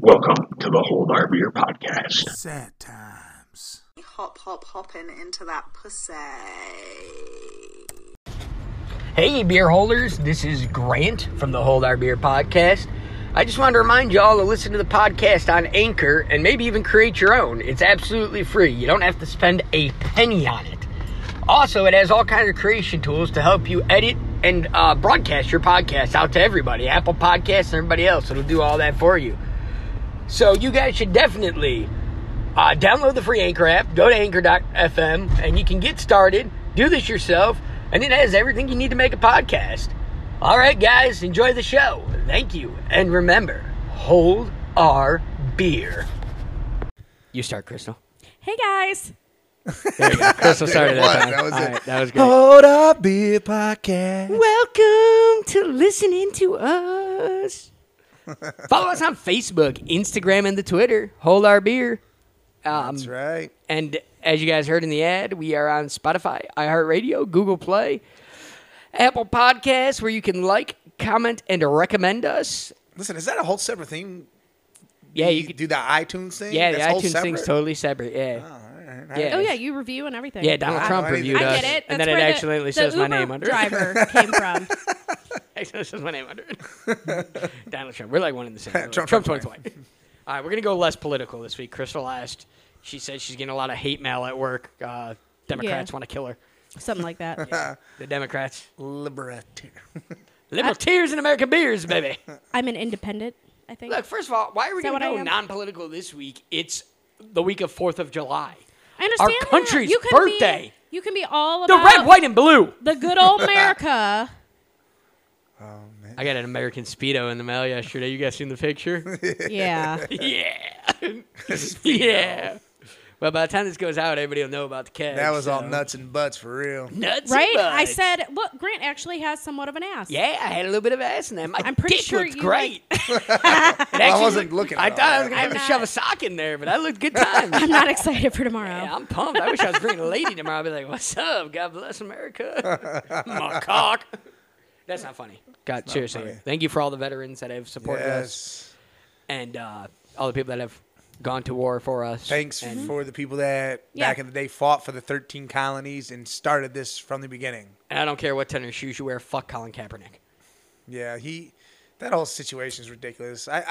Welcome to the Hold Our Beer podcast. Sad times. Hop, hop, hopping into that pussy. Hey, beer holders, this is Grant from the Hold Our Beer podcast. I just wanted to remind y'all to listen to the podcast on Anchor and maybe even create your own. It's absolutely free, you don't have to spend a penny on it. Also, it has all kinds of creation tools to help you edit and uh, broadcast your podcast out to everybody Apple Podcasts and everybody else. It'll do all that for you. So, you guys should definitely uh, download the free Anchor app, go to anchor.fm, and you can get started. Do this yourself, and it has everything you need to make a podcast. All right, guys, enjoy the show. Thank you. And remember, hold our beer. You start, Crystal. Hey guys. Crystal started What? that. That was it. that was great. Hold up, beer podcast. Welcome to listening to us. Follow us on Facebook, Instagram, and the Twitter. Hold our beer. Um, That's right. And as you guys heard in the ad, we are on Spotify, iHeartRadio, Google Play, Apple Podcasts, where you can like, comment, and recommend us. Listen, is that a whole separate thing? Yeah, you, you could. do the iTunes thing. Yeah, the That's whole iTunes thing's separate? totally separate. Yeah, yeah. Oh yeah, you review and everything. yeah. Donald I- Trump know reviewed anything. I us, get it. and That's then it where the- accidentally the says my Uber name under it. driver came from. Actually, this is my name under it. Donald Trump. We're like one in the same. We're like, Trump, Trump, Trump, 2020. All right, we're gonna go less political this week. Crystal asked. She said she's getting a lot of hate mail at work. Uh, Democrats Yeah. want to kill her. Something like that. The Democrats. Liberty. Liberal tears and American beers, baby. I'm an independent, I think. Look, first of all, why are we that gonna what I go am? non-political this week? It's the week of Fourth of July. I understand our that. country's you can birthday. Be, you can be all The about red, white, and blue. the good old America. I got an American Speedo in the mail yesterday. You guys seen the picture? yeah. yeah. yeah. Well, by the time this goes out, everybody will know about the cat. That was all nuts and butts for real. Nuts. and Right? I buds. said, look, Grant actually has somewhat of an ass. Yeah, I had a little bit of ass in there. My I'm pretty dick sure looked you, great. like- I wasn't looking I at all thought I was that. gonna have I'm to not- shove a sock in there, but I looked good times. I'm not excited for tomorrow. Yeah, I'm pumped. I wish I was bringing a lady tomorrow. I'd be like, "What's up? God bless America, my cock." That's not funny. God, seriously. funny. Thank you for all the veterans that have supported us Yes. and uh, all the people that have gone to war for us. Thanks for the people that Yeah. back in the day fought for the 13 colonies and started this from the beginning. And I don't care what tenor shoes you wear. Fuck Colin Kaepernick. Yeah, he. That whole situation is ridiculous. I,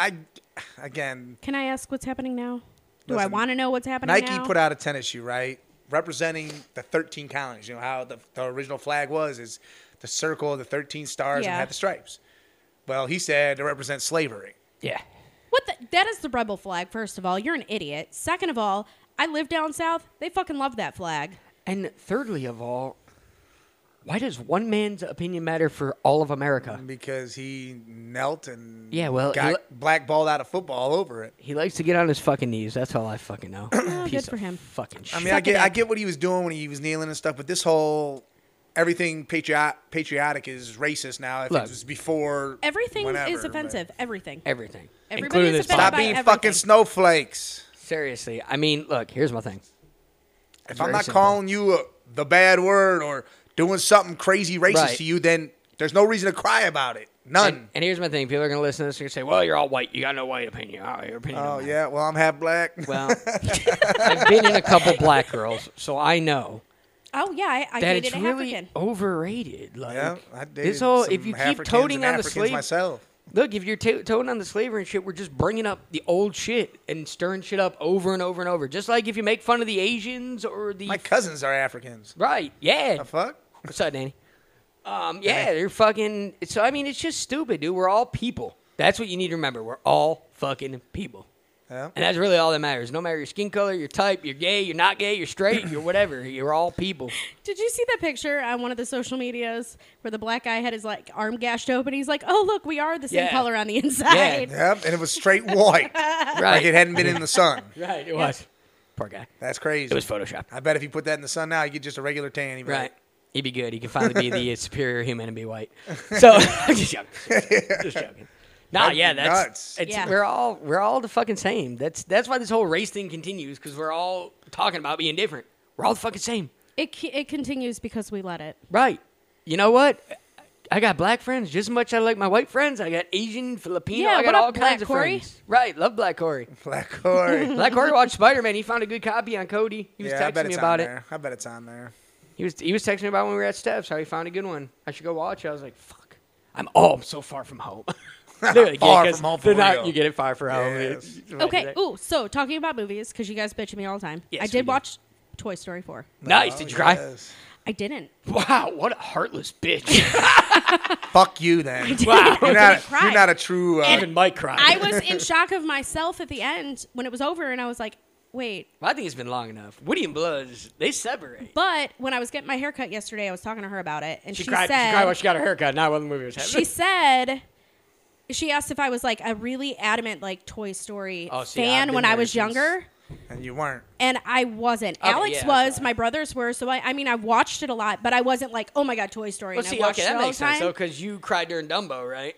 I again, Can I ask what's happening now? Do I Listen, want to know what's happening Nike now? put out a tennis shoe, right? Representing the 13 colonies. You know how the, the original flag was is the circle of the 13 stars Yeah. and had the stripes. Well, he said to represent slavery. Yeah. What the, that is the rebel flag. First of all, you're an idiot. Second of all, I live down south. They fucking love that flag. And thirdly of all, why does one man's opinion matter for all of America? Because he knelt and Yeah, well, he got li- blackballed out of football all over it. He likes to get on his fucking knees. That's all I fucking know. Piece good for of him. Fucking shit. I mean, I Suck it get I up. get what he was doing when he was kneeling and stuff, but this whole everything patriot, patriotic is racist now. If Look. it was before Everything whenever, is but- offensive. Everything. everything. Everybody including is this offended Stop by podcast. being everything. fucking snowflakes. Seriously, I mean, look. Here's my thing. If very I'm not simple. calling you a, the bad word or doing something crazy racist Right. to you, then there's no reason to cry about it. None. And, and here's my thing. People are gonna listen to this and say, "Well, you're all white. You got no white opinion. Oh, your opinion." oh don't matter." yeah, well I'm half black. Well, I've been in a couple black girls, so I know Oh yeah, I, I that dated it's an really African. overrated. Like yeah, I dated this whole some if you keep Africans toting and on the Africans slave, myself. look, if you're to toting on the slavery and shit, we're just bringing up the old shit and stirring shit up over and over and over. Just like if you make fun of the Asians or the My cousins are Africans. right, yeah, The fuck? What's up, Danny? Um, yeah, they're fucking. So I mean, it's just stupid, dude. We're all people. That's what you need to remember. We're all fucking people, Yeah. and that's really all that matters. No matter your skin color, your type, you're gay, you're not gay, you're straight, you're whatever. You're all people. Did you see that picture on one of the social medias where the black guy had his like arm gashed open? He's like, "Oh look, we are the same Yeah. color on the inside." Yep, and it was straight white. Right. like it hadn't been in the sun. right. It was. Poor guy. That's crazy. It was Photoshop. I bet if you put that in the sun now, you get just a regular tan. you'd be Right. like, He'd be good. He could finally be the superior human and be white. So I'm just joking. Just joking. No, That'd yeah, be that's nuts. It's, Yeah. we're all we're all the fucking same. That's that's why this whole race thing continues because we're all talking about being different. We're all the fucking same, It c- it continues because we let it. right? You know what? I got black friends just as much I like my white friends. I got Asian, Filipino. Yeah, I got what up, all Black kinds of Corey? friends. Right, love Black Corey. Black Corey. Black Corey watched Spider Man. He found a good copy on Cody. He was yeah, I bet texting me it's about on it. there. I bet it's on there. He was he was texting me about when we were at Steph's how he found a good one. I should go watch. it. I was like, fuck. I'm oh, I'm so far from home. They're like, Far 'cause from home for they're not- real. you get it far from home. Yes. It's- Okay. Ooh. So talking about movies, because you guys bitch at me all the time. Yes, I we did do. watch Toy Story four. Nice. Did you cry? Oh, Yes. I didn't. Wow, what a heartless bitch. Fuck you then. wow. You're not, I didn't cry. you're not a true. Uh, Even Mike cried. I was in shock of myself at the end when it was over, and I was like, wait. Well, I think it's been long enough. Woody and Bloods, they separate. But when I was getting my hair cut yesterday, I was talking to her about it, and She, she, cried. said she cried while she got her haircut. Not when the movie was happening. she said she asked if I was like a really adamant like Toy Story Oh, see, I've fan been when I there was since- younger, and you weren't. and I wasn't. Okay, Alex yeah, was, okay. my brothers were, so I, I mean I watched it a lot, but I wasn't like oh my god Toy Story. well, and see, I watched okay, it that all makes the time. sense though, because you cried during Dumbo, right?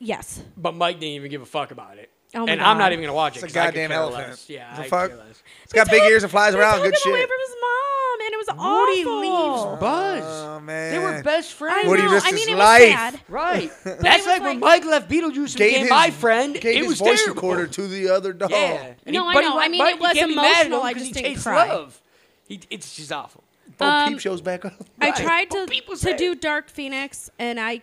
Yes, But Mike didn't even give a fuck about it. Oh my and I'm God. not even gonna watch it. It's a 'cause I could goddamn care elephant. less. Yeah, The I fuck? care less. It's got big ears and flies He around. took Good him away shit. from his mom, and it was Woody awful. leaves Buzz. Oh, man. They were best I friends. Woody know. risked I mean, his it was life. sad. Right. That's it was like, when like- Mike left Beetlejuice and Gave became his- my friend. Gave it his was voice terrible. recorder to the other dog. Yeah. And No, I but he know. went- I mean, but it you was can't be mad at him emotional. I 'cause just he didn't tastes cry. love. He, it's just awful. Bo Peep shows back up. I Right. tried But to people to say- do Dark Phoenix, and I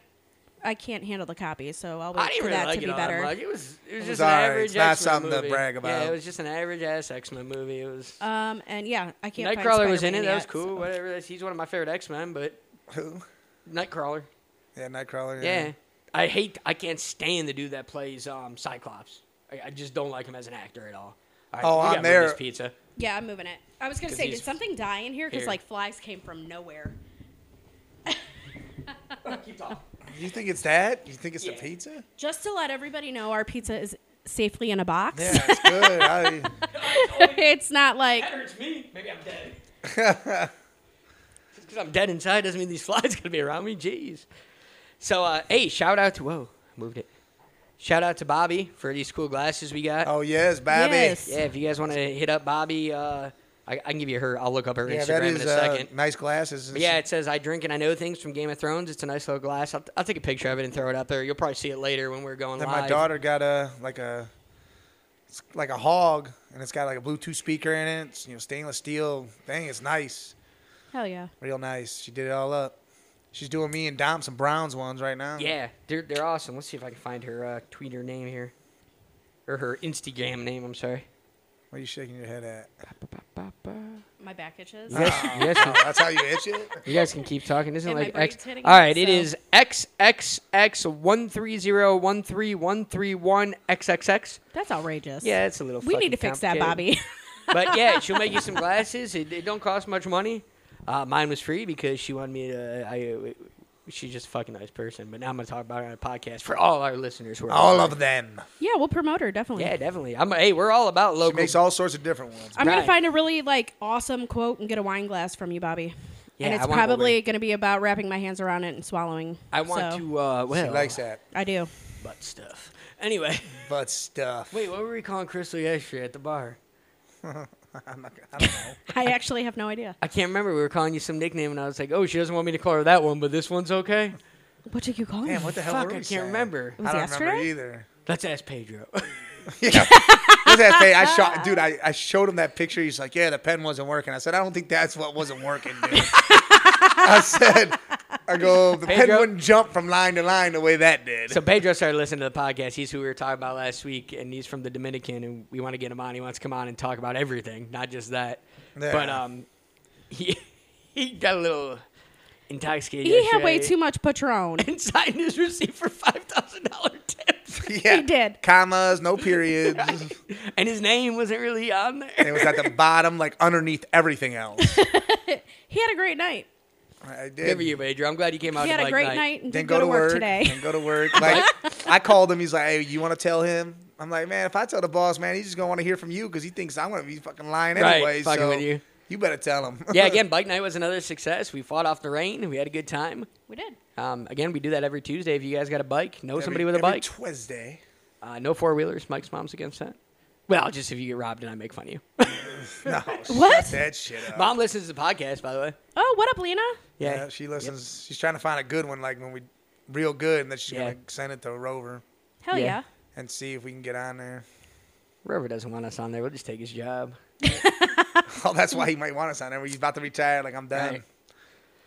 I can't handle the copy, so I'll wait I didn't for really that like to it be all that better. much. It was, it was just all an right. average It's not X-Men something to movie. brag about. Yeah, it was just an average ass X Men movie. It was Um, and yeah, I can't. find Nightcrawler was in it. Spider-Man That was yet, cool. so- Whatever. That's- He's one of my favorite X Men, but Who? Nightcrawler. Yeah, Nightcrawler. Yeah. I hate. I can't stand the dude that plays um, Cyclops. I, I just don't like him as an actor at all. all right, Oh, we I'm gotta move there. this Pizza. Yeah, I'm moving it. I was gonna 'Cause say, he's did something die in here? Because here. like flies came from nowhere. You think it's that? You think it's Yeah. the pizza? Just to let everybody know, our pizza is safely in a box. Yeah, it's good. I, it's not like That hurts me. Maybe I'm dead. Just because I'm dead inside doesn't mean these flies gonna be around me. Jeez. So, uh, hey, shout out to whoa, moved it. Shout out to Bobby for these cool glasses we got. oh yes, Babby. Yes. Yeah, if you guys want to hit up Bobby, uh, I, I can give you her. I'll look up her Yeah, Instagram that in is a uh, second. nice glasses. But yeah, it says I drink and I know things from Game of Thrones. It's a nice little glass. I'll, I'll take a picture of it and throw it up there. You'll probably see it later when we're going Then live. my daughter got a like a it's like a hog, and it's got like a Bluetooth speaker in it. It's, you know, stainless steel thing. It's nice, hell yeah. real nice. She did it all up. She's doing me and Dom some Browns ones right now. Yeah, they're they're awesome. Let's see if I can find her uh, Twitter name here, or her Instagram name. I'm sorry. What are you shaking your head at? Ba-ba-ba. My back itches. You guys, you guys can, Oh, that's how you itch it. you guys can keep talking. This isn't And my like X. brain's hitting All it, right, it so- is XXX1301313131XXX. That's outrageous. Yeah, it's a little. We need fucking to fix that, complicated. Bobby. but yeah, she'll make you some glasses. It, it don't cost much money. Uh, mine was free because she wanted me to. uh, I, she's just a fucking nice person. But now I'm gonna talk about her on a podcast for all our listeners. Who are All of them. yeah, we'll promote her definitely. Yeah, definitely. I'm. Hey, we're all about She local. makes all sorts of different ones. I'm Right. gonna find a really like awesome quote and get a wine glass from you, Bobby. Yeah, and it's I want probably one. gonna be about wrapping my hands around it and swallowing. I want so, to. Uh, well, She likes that I do. butt stuff. Anyway, butt stuff. wait. What were we calling Crystal yesterday at the bar? I'm not, I don't know. I actually have no idea. I can't remember. We were calling you some nickname, and I was like, "Oh, she doesn't want me to call her that one, but this one's okay." What did you call Damn, me? what the hell? Fuck, were I we can't saying? remember. I Was don't it remember yesterday? either. Let's ask Pedro. Yeah. What's that thing? I shot, dude. I, I showed him that picture. He's like, "Yeah, the pen wasn't working." I said, "I don't think that's what wasn't working, dude." I said, "I go, the pen Pedro? wouldn't jump from line to line the way that did." So Pedro started listening to the podcast. He's who we were talking about last week, and he's from the Dominican, and we want to get him on. He wants to come on and talk about everything, not just that. Yeah. But um, he he got a little intoxicated. He had way yesterday too much Patron. and signed his receipt for five thousand dollar tips, yeah, he did. Commas, no periods. and his name wasn't really on there. It was at the bottom, like underneath everything else. He had a great night. I Good did. for you, Pedro. I'm glad you came out. He had to a Bike great night. night, and Didn't didn't go to work today. Didn't go to work. Like I called him. He's like, "Hey, you want to tell him?" I'm like, "Man, if I tell the boss, man, he's just gonna want to hear from you because he thinks I'm gonna be fucking lying Right, anyway." fucking so with you. you better tell him. Yeah, again, bike night was another success. We fought off the rain. We had a good time. We did. Um, again, we do that every Tuesday. If you guys got a bike, know Every- somebody with a every bike. Tuesday. Uh, no four wheelers. Mike's mom's against that. Well, just if you get robbed and I make fun of you. No, What? shut that shit up. Mom listens to the podcast, by the way. Oh, what up, Lena? Yeah, she listens. She's trying to find a good one, like when we real good, and then she's Yeah. gonna send it to Rover Hell Yeah. yeah. and see if we can get on there. Rover doesn't want us on there. We'll just take his job. Oh, that's why he might want us on there. He's about to retire. Like I'm done. Right.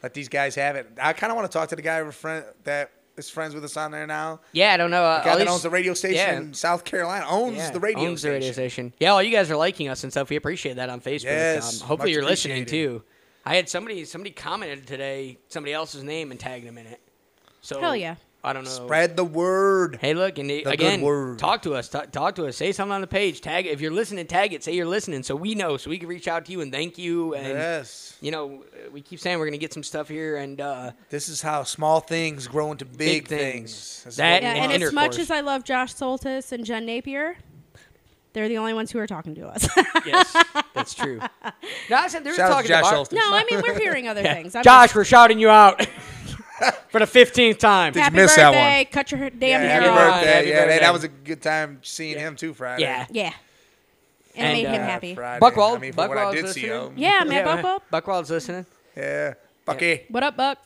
Let these guys have it. I kind of want to talk to the guy we're friend that is friends with us on there now. Yeah, I don't know. Uh, guy at that least- owns the radio station yeah. in South Carolina owns yeah, the radio owns the station. radio station. Yeah, all you guys are liking us and stuff. We appreciate that on Facebook. Yes, um, hopefully much you're listening appreciated. too. I had somebody somebody commented today somebody else's name and tagged him in it. So Hell yeah. I don't know. Spread the word. Hey, look, and it- good again, word. talk to us. Talk, talk to us. Say something on the page. Tag if you're listening. Tag it. Say you're listening, so we know, so we can reach out to you and thank you. And Yes. you know, uh, we keep saying we're gonna get some stuff here, and uh, This is how small things grow into big, Big things. things. This is That what we Yeah, and want. as much intercourse. as I love Josh Soltis and Jen Napier, they're the only ones who are talking to us. yes, that's true. No, I said they were Shout out talking to Josh about Olsen. no, I mean we're hearing other Yeah. things. I'm Josh, just- we're shouting you out for the fifteenth time. happy miss birthday. that Cut your yeah, damn happy hair birthday. off. Happy yeah, that- birthday. that was a good time seeing him too Friday. Yeah. Yeah, and, And, it made uh, him happy. Friday. Buckwald. I mean, from what I Buckwald's did see him. listening. Yeah, man, Yeah, Buckwald. Buckwald's listening. Yeah. Bucky. What up, Buck?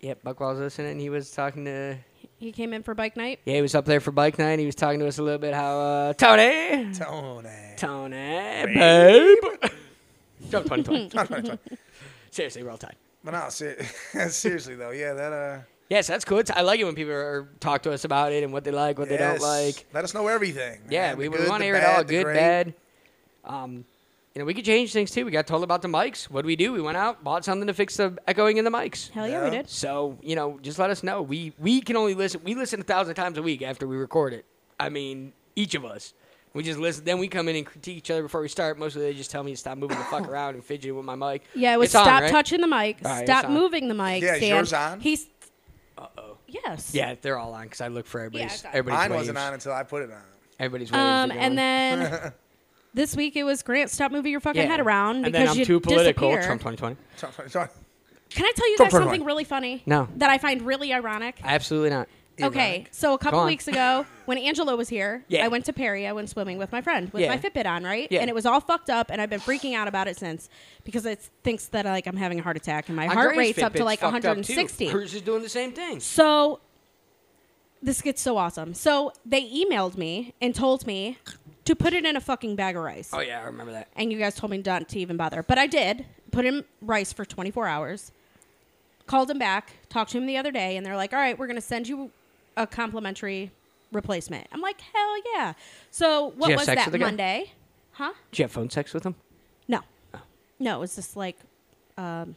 Yep, Buckwald's listening. He was talking to. He came in for bike night. Yeah, he was up there for bike night. He was talking to us a little bit how uh, Tony, Tony. Tony, babe. Jump 2020. Seriously, we're all tied. But no, ser- seriously though, yeah, that uh, Yes, that's cool. It's, I like it when people are, talk to us about it and what they like, what they yes. don't like. Let us know everything. Yeah, man. we, The we good, want to the hear it bad, all the good, great. bad. Um, you know, we could change things too. We got told about the mics. What do we do? We went out, bought something to fix the echoing in the mics. Hell yeah, we Yeah. did. So you know, just let us know. We we can only listen. We listen a thousand times a week after we record it. I mean, each of us. We just listen. Then we come in and critique each other before we start. Mostly they just tell me to stop moving the fuck around and fidgeting with my mic. Yeah, it was It's on, stop right? touching the mic, All right, stop it's on. moving the mic. Yeah, is Sam. yours on? He's. Uh oh. Yes. Yeah, they're all on because I look for everybody's. it's on. everybody's Mine wasn't waves. on until I put it on. Everybody's waves Um, are going. and then this week it was Grant. Stop moving your fucking Yeah. head around And because then I'm you too political. disappear. Trump 2020. Can I tell you Don't guys put it something on. really funny? No. That I find really ironic. Absolutely not. Okay, so a couple on. weeks ago, when Angela was here, Yeah. I went to Perry. I went swimming with my friend with Yeah. my Fitbit on, right? Yeah. And it was all fucked up, and I've been freaking out about it since because it thinks that like I'm having a heart attack, and my heart Andrea's rate's up to Fitbit's like fucked up, too. 160. Hers is doing the same thing. So this gets so awesome. So they emailed me and told me to put it in a fucking bag of rice. Oh yeah, I remember that. And you guys told me not to even bother. But I did. Put in rice for 24 hours. Called him back, talked to him the other day, and they're like, all right, we're going to send you a complimentary replacement. I'm like, hell yeah. So what you have was sex that with the guy? Monday? Huh? Did you have phone sex with him? No. Oh. No, it was just like um,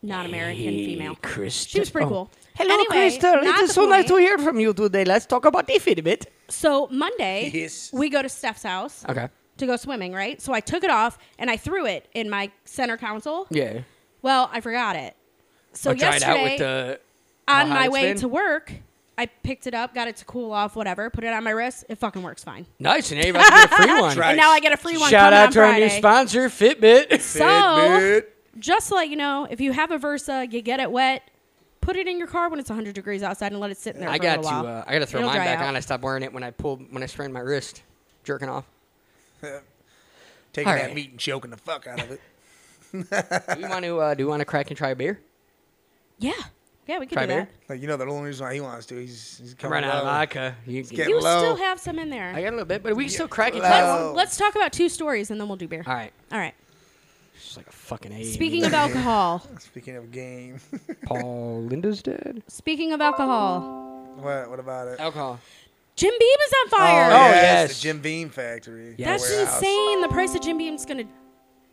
non American female. Crystal. She was pretty cool. Oh. Hello, Anyway, Crystal. It not is the so nice to point. hear from you today. Let's talk about the Fitbit. So Monday, Yes. we go to Steph's house Okay. to go swimming, right? So I took it off and I threw it in my center console. Yeah. Well, I forgot it. So I tried out yesterday, with uh, the. how on high my it's way been? to work, I picked it up, got it to cool off, whatever, put it on my wrist. It fucking works fine. Nice, and now you're about to get a free one. Right. And now I get a free one. Shout coming out on to our Friday. new sponsor, Fitbit. So, just to let you know, if you have a Versa, you get it wet, put it in your car when it's 100 degrees outside and let it sit in there. I for a got to. little while. Uh, I got to throw It'll mine dry back out. on. I stopped wearing it when I pulled when I sprained my wrist, jerking off. Taking All that right. meat and choking the fuck out of it. do you want to? Uh, do you want to crack and try a beer? Yeah. Yeah, we could Try do beer? that. Like, you know, the only reason why he wants to, he's, he's I'm coming running out of low. vodka. You get You Hello. still have some in there. I got a little bit, but we can still crack and try. Hello. one. Oh. Let's, let's talk about two stories and then we'll do beer. All right. All right. She's like a fucking alien. Speaking of alcohol, Speaking of game, Paul, Linda's dead. speaking of alcohol, what what about it? Alcohol. Jim Beam is on fire. Oh, yeah. yes, Oh, yes. the Jim Beam Factory. the Yes. That's warehouse. insane. The price of Jim Beam's going to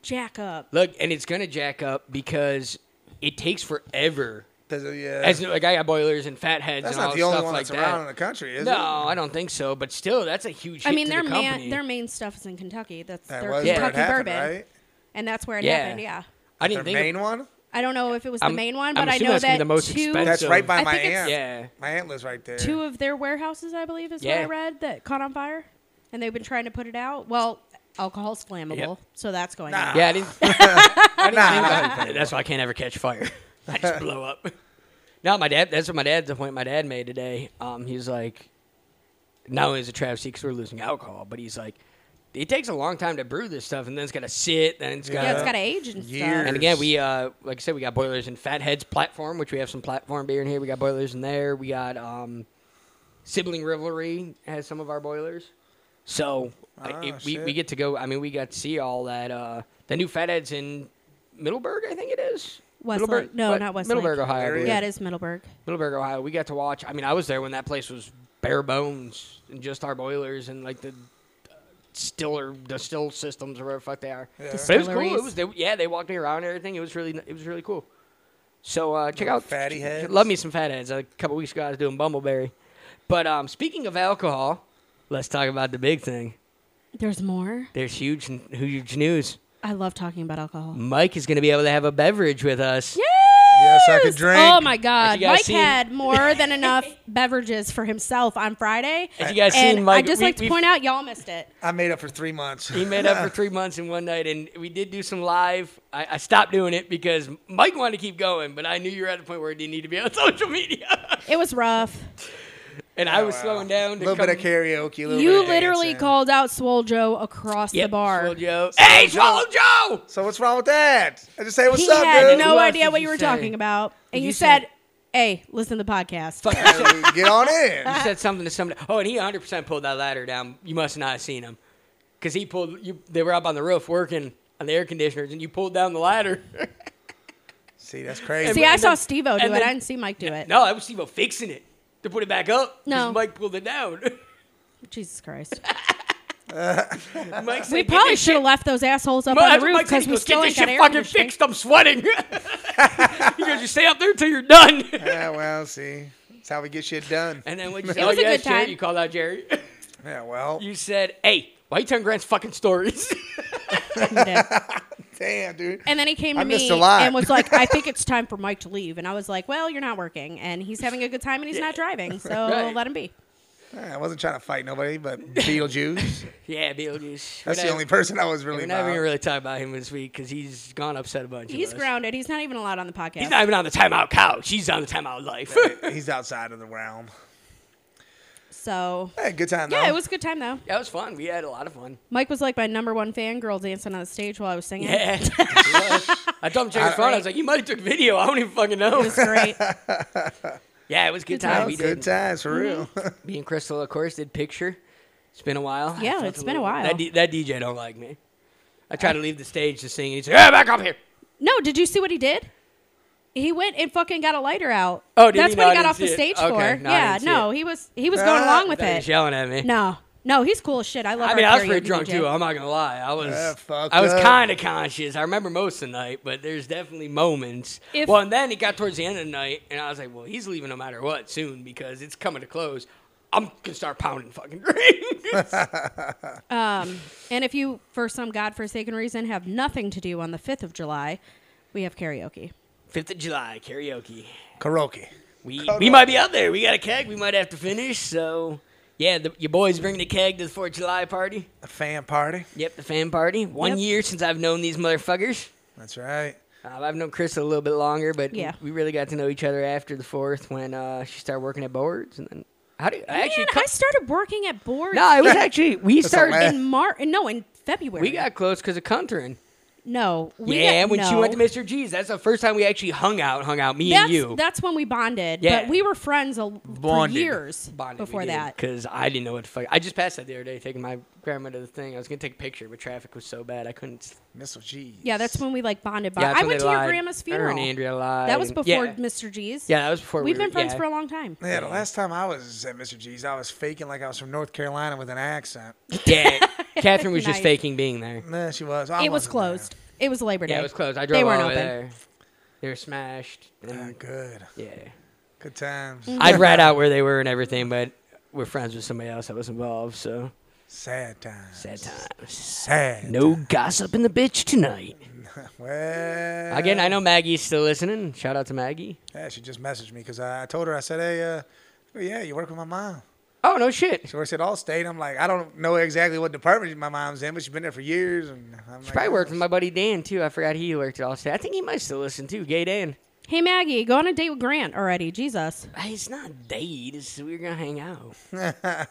jack up. Look, and it's gonna jack up because it takes forever. Does it- yeah. As like I got boilers and fat heads that's and all not the stuff only one like that's around in the that. country, is no, it? I don't think so. But still, that's a huge. Hit I mean, to their, the man, company. their main stuff is in Kentucky. That's That their was Yeah. where it Kentucky happened, bourbon. right? And that's where it Yeah. happened, yeah. I Their didn't think. main of, one? I don't know if it was I'm- the main one, I'm but I assuming know that's gonna be that the most two, expensive. That's right by I my think it's- aunt. yeah, My aunt lives right there. two of their warehouses, I believe, is Yeah. what I read, that caught on fire. And they've been trying to put it out. Well, alcohol's flammable, Yep. so that's going Nah. on. yeah, I didn't. I didn't think about- that's why I can't ever catch fire. I just blow up. No, my dad. That's what my dad's the point my dad made today. Um, he's like, not only is it a travesty because we're losing alcohol, but he's like, it takes a long time to brew this stuff, and then it's gotta sit, then it's gotta. Yeah, it's got to age and Years. and again, we uh, like I said, we got boilers in Fatheads platform, which we have some platform beer in here. We got boilers in there. We got um, sibling rivalry has some of our boilers. So uh, Ah, it, we, we shit. get to go. I mean, we got to see all that. Uh, the new Fatheads in Middleburg, I think it is. Westlake. Middleburg- No, what? not Westlake. Middleburg, Ohio. I Area. stuff. believe. Yeah, it is Middleburg. Middleburg, Ohio. We got to watch. I mean, I was there when that place was bare bones and just our boilers and like the uh, stiller, the still systems or whatever the fuck they are. But it was cool. It Distilleries. was they, yeah, they walked me around and everything. It was really it was really cool. So uh, check out fatty heads. Love me some fat heads. A couple weeks ago, I was doing Bumbleberry. But um, speaking of alcohol, let's talk about the big thing. There's more. There's huge huge news. I love talking about alcohol. Mike is going to be able to have a beverage with us. Yes, I could drink. Oh my Have God! you guys Mike seen- had more than enough beverages for himself on Friday. Have you guys and seen Mike? I just We- like to we've- point out, y'all missed it. I made up for three months. He made up for three months in one night, and we did do some live. I, I stopped doing it because Mike wanted to keep going, but I knew you were at a point where it didn't need to be on social media, It was rough. and I was slowing down. A To Oh, little bit come- of karaoke. A little bit You of literally dancing. called out Swole Joe across Yep, the bar. Slow Joe. Hey, Slow Joe! So what's wrong with that? I just say what's he up, had dude. no Who else idea did what you you were say? talking about, and You you said- said, "Hey, listen to the podcast." Fuck you. Uh, Get on in. You said something to somebody. Oh, and he 100 percent pulled that ladder down. You must not have seen him because he pulled. You they were up on the roof working on the air conditioners, and you pulled down the ladder. See, that's crazy. See, And I saw then- Steve O do and it. then- I didn't see Mike do it. no, that was Steve fixing it to put it back up. 'cause No. Mike pulled it down. Jesus Christ! Mike said, We "Get probably this should shit have left those assholes up Well, on that's the what roof Mike said. because He we goes, still get ain't this got shit air fucking conditioning." fixed. I'm sweating. he goes, you stay up there until you're done. yeah, well, see, that's how we get shit done. And then when you It said, was oh, a yes, good Jerry, time. you called out Jerry. Yeah, well, You said, hey, why you telling Grant's fucking stories? He did. damn, dude. And then he came to I missed me a lot. and was like, "I think it's time for Mike to leave." And I was like, "Well, you're not working, and he's having a good time, and he's not driving, so Right. let him be." I wasn't trying to fight nobody, but Beetlejuice. yeah, That's Beetlejuice. We're the not- only person I was We're really. not even about. gonna really talk about him this week because he's gone upset a bunch. He's of us. grounded. He's not even allowed on the podcast. He's not even on the timeout couch. He's on the timeout life. He's outside of the realm. so Hey, good time though. yeah, it was a good time though. that was fun. We had a lot of fun. Mike was like my number one fangirl dancing on the stage while I was singing. Yeah. I told him to check his phone. I was like, you might have took video. I don't even fucking It know. was great. Yeah, it was a good Good time. times. We Mm-hmm. good did. times for real. Me and Crystal, of course, did picture. It's been a while. I Yeah, felt it's been a little- while. That, D- that DJ don't like me. I try to leave the stage to sing, and he's like, "Yeah, back up here." No, did you see what he did? He went and fucking got a lighter out. Oh, did That's he? what No, I he got didn't off the see it. stage Okay, for. no, I yeah, didn't see no, it. he was he was Ah, going along with I thought he was it. yelling at me. No, no, he's cool as shit. I love. I mean, I our was pretty karaoke drunk DJ. too. I'm not gonna lie. I was, Yeah, fucked I was up. kind of conscious. I remember most of the night, but there's definitely moments. If- well, and then it got towards the end of the night, and I was like, "Well, he's leaving no matter what soon because it's coming to close. I'm gonna start pounding fucking drinks." And if you, for some godforsaken reason, have nothing to do on the 5th of July, we have karaoke. Fifth of July karaoke. Karaoke. We Cut we off. might be out there. We got a keg. We might have to finish. So yeah, the, your boys bringing the keg to the Fourth of July party. A fan party. Yep, the fan party. One Yep. year since I've known these motherfuckers. That's right. Uh, I've known Chris a little bit longer, but Yeah. we, we really got to know each other after the fourth when uh, she started working at boards, and then how do you, I actually? Man, co- I started working at Boards no, it was actually we started. laugh. in March. No, in February. We got close because of Contrin. no. We yeah, got, when she went to no. Mr. G's, that's the first time we actually hung out. Hung out, me That's, and you. that's when we bonded. Yeah. But we were friends a, for Bonded. years before that. Because I didn't know what the fuck. I just passed that the other day, taking my grandma to the thing. I was gonna take a picture, but traffic was so bad I couldn't. Missile G. Yeah, that's when we like bonded. Bond. Yeah, that's I when went they to your lied. grandma's Her and funeral. Andrea lied That was and- before yeah. Mr. G's. Yeah, that was before we We've were- been friends yeah. for a long time. Yeah, the last time I was at Mr. G's, I was faking like I was from North Carolina with an accent. Yeah, Catherine was just Nice. faking being there. Nah, she was. I it was wasn't closed. It was Labor Day. Yeah, it was closed. I drove They all weren't the way open. there. They were smashed. there. Ah, and- good. yeah. Good times. Mm. I'd rat out where they were and everything, but we're friends with somebody else that was involved, so Sad times. sad times. Sad. No gossip in the bitch tonight. Uh, Well, Again, I know Maggie's still listening. Shout out to Maggie. Yeah, she just messaged me because I I told her I said, "Hey, uh, oh, yeah, you work with my mom. Oh no shit. She works at Allstate." I'm like, I don't know exactly what department my mom's in, but she's been there for years. And I'm She probably worked with my buddy Dan too. I forgot he worked at Allstate. I think he might still listen too. Gay Dan. Hey Maggie, go on a date with Grant already. Jesus. It's not a date. It's, we're gonna hang out.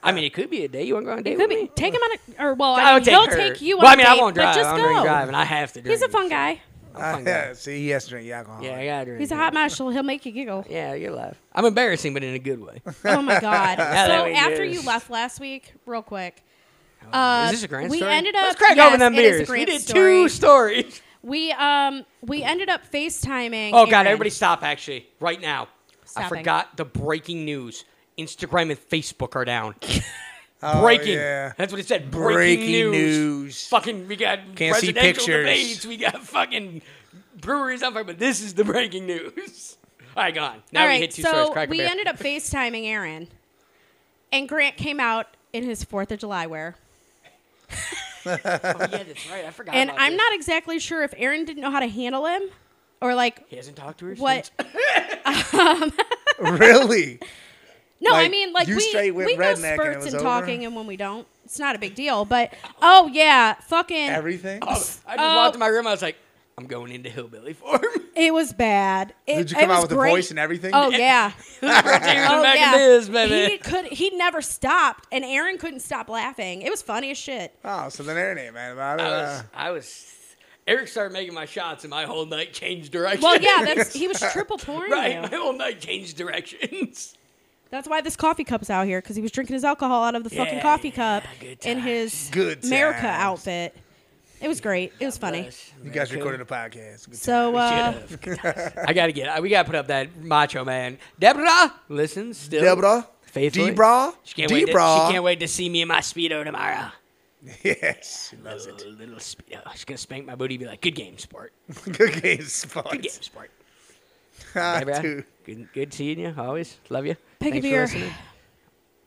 I mean, it could be a date. You want to go on a date Could with be. me? Take him on a or well, I I would take mean, he'll her. take you on Well, I a mean, I date, won't drive. but just I go. don't drink drive, and I have to. Drink, He's a fun so- guy. I'm a fun yeah, guy. see, he has to drink alcohol. Yeah, I gotta drink. He's a hot mess. He'll make you giggle. Yeah, you're live. I'm embarrassing, but in a good way. Oh my god! that so we do. after you left last week, real quick. Uh, Oh, Is this a grand we story? ended up. Let's crack yes, open them it is a beers. We Grant did story. two stories. We um we ended up FaceTiming. Oh god, Aaron. everybody stop! Actually, right now, I Stopping. forgot the breaking news. Instagram and Facebook are down. breaking. Oh, yeah. That's what it said. Oh, Breaking, Breaking news. news. Fucking, we got Can't see presidential pictures. debates. We got fucking breweries on fire. But this is the breaking news. All right, go on. Now All we right, hit two so stories. Crack a we beer. ended up FaceTiming Aaron, and Grant came out in his Fourth of July wear. Oh, yeah, that's right. I forgot. And about I'm this. not exactly sure if Aaron didn't know how to handle him, or like He hasn't talked to her what. since. really? No, I Like, mean like you we straight went we go redneck and it spurts was and over? talking, and when we don't, it's not a big deal. But oh yeah, fucking Everything? Oh, I just Oh. walked in my room. I was like, I'm going into hillbilly form. It was bad. It, Did you it come out was with a great. voice and everything? Oh yeah. oh, oh back yeah. in this, baby. He could. He never stopped, and Aaron couldn't stop laughing. It was funny as shit. Oh, so then Aaron ain't mad about it. I Uh, was, I was. Eric started making my shots, and my whole night changed direction. Well, yeah, that's he was triple pouring right. you. My whole night changed directions. That's why this coffee cup's out here because he was drinking his alcohol out of the fucking Yeah, coffee cup good in his Good America times. outfit. It was great. It was funny. you guys recorded a podcast. Good So uh, I gotta get. I- We gotta put up that macho man. Deborah, listen, still. Deborah, faithfully. Debra, She can't, wait to, she Debra. Uh, can't wait to see me in my speedo tomorrow. time. yes, she loves it. Little, little speedo. She's gonna spank my booty. and Be like, good game, sport. Good game spot. Good game, sport. Ah, Hey, Brad. dude. Good, good seeing you. Always love you. Pick a Thanks for beer. listening.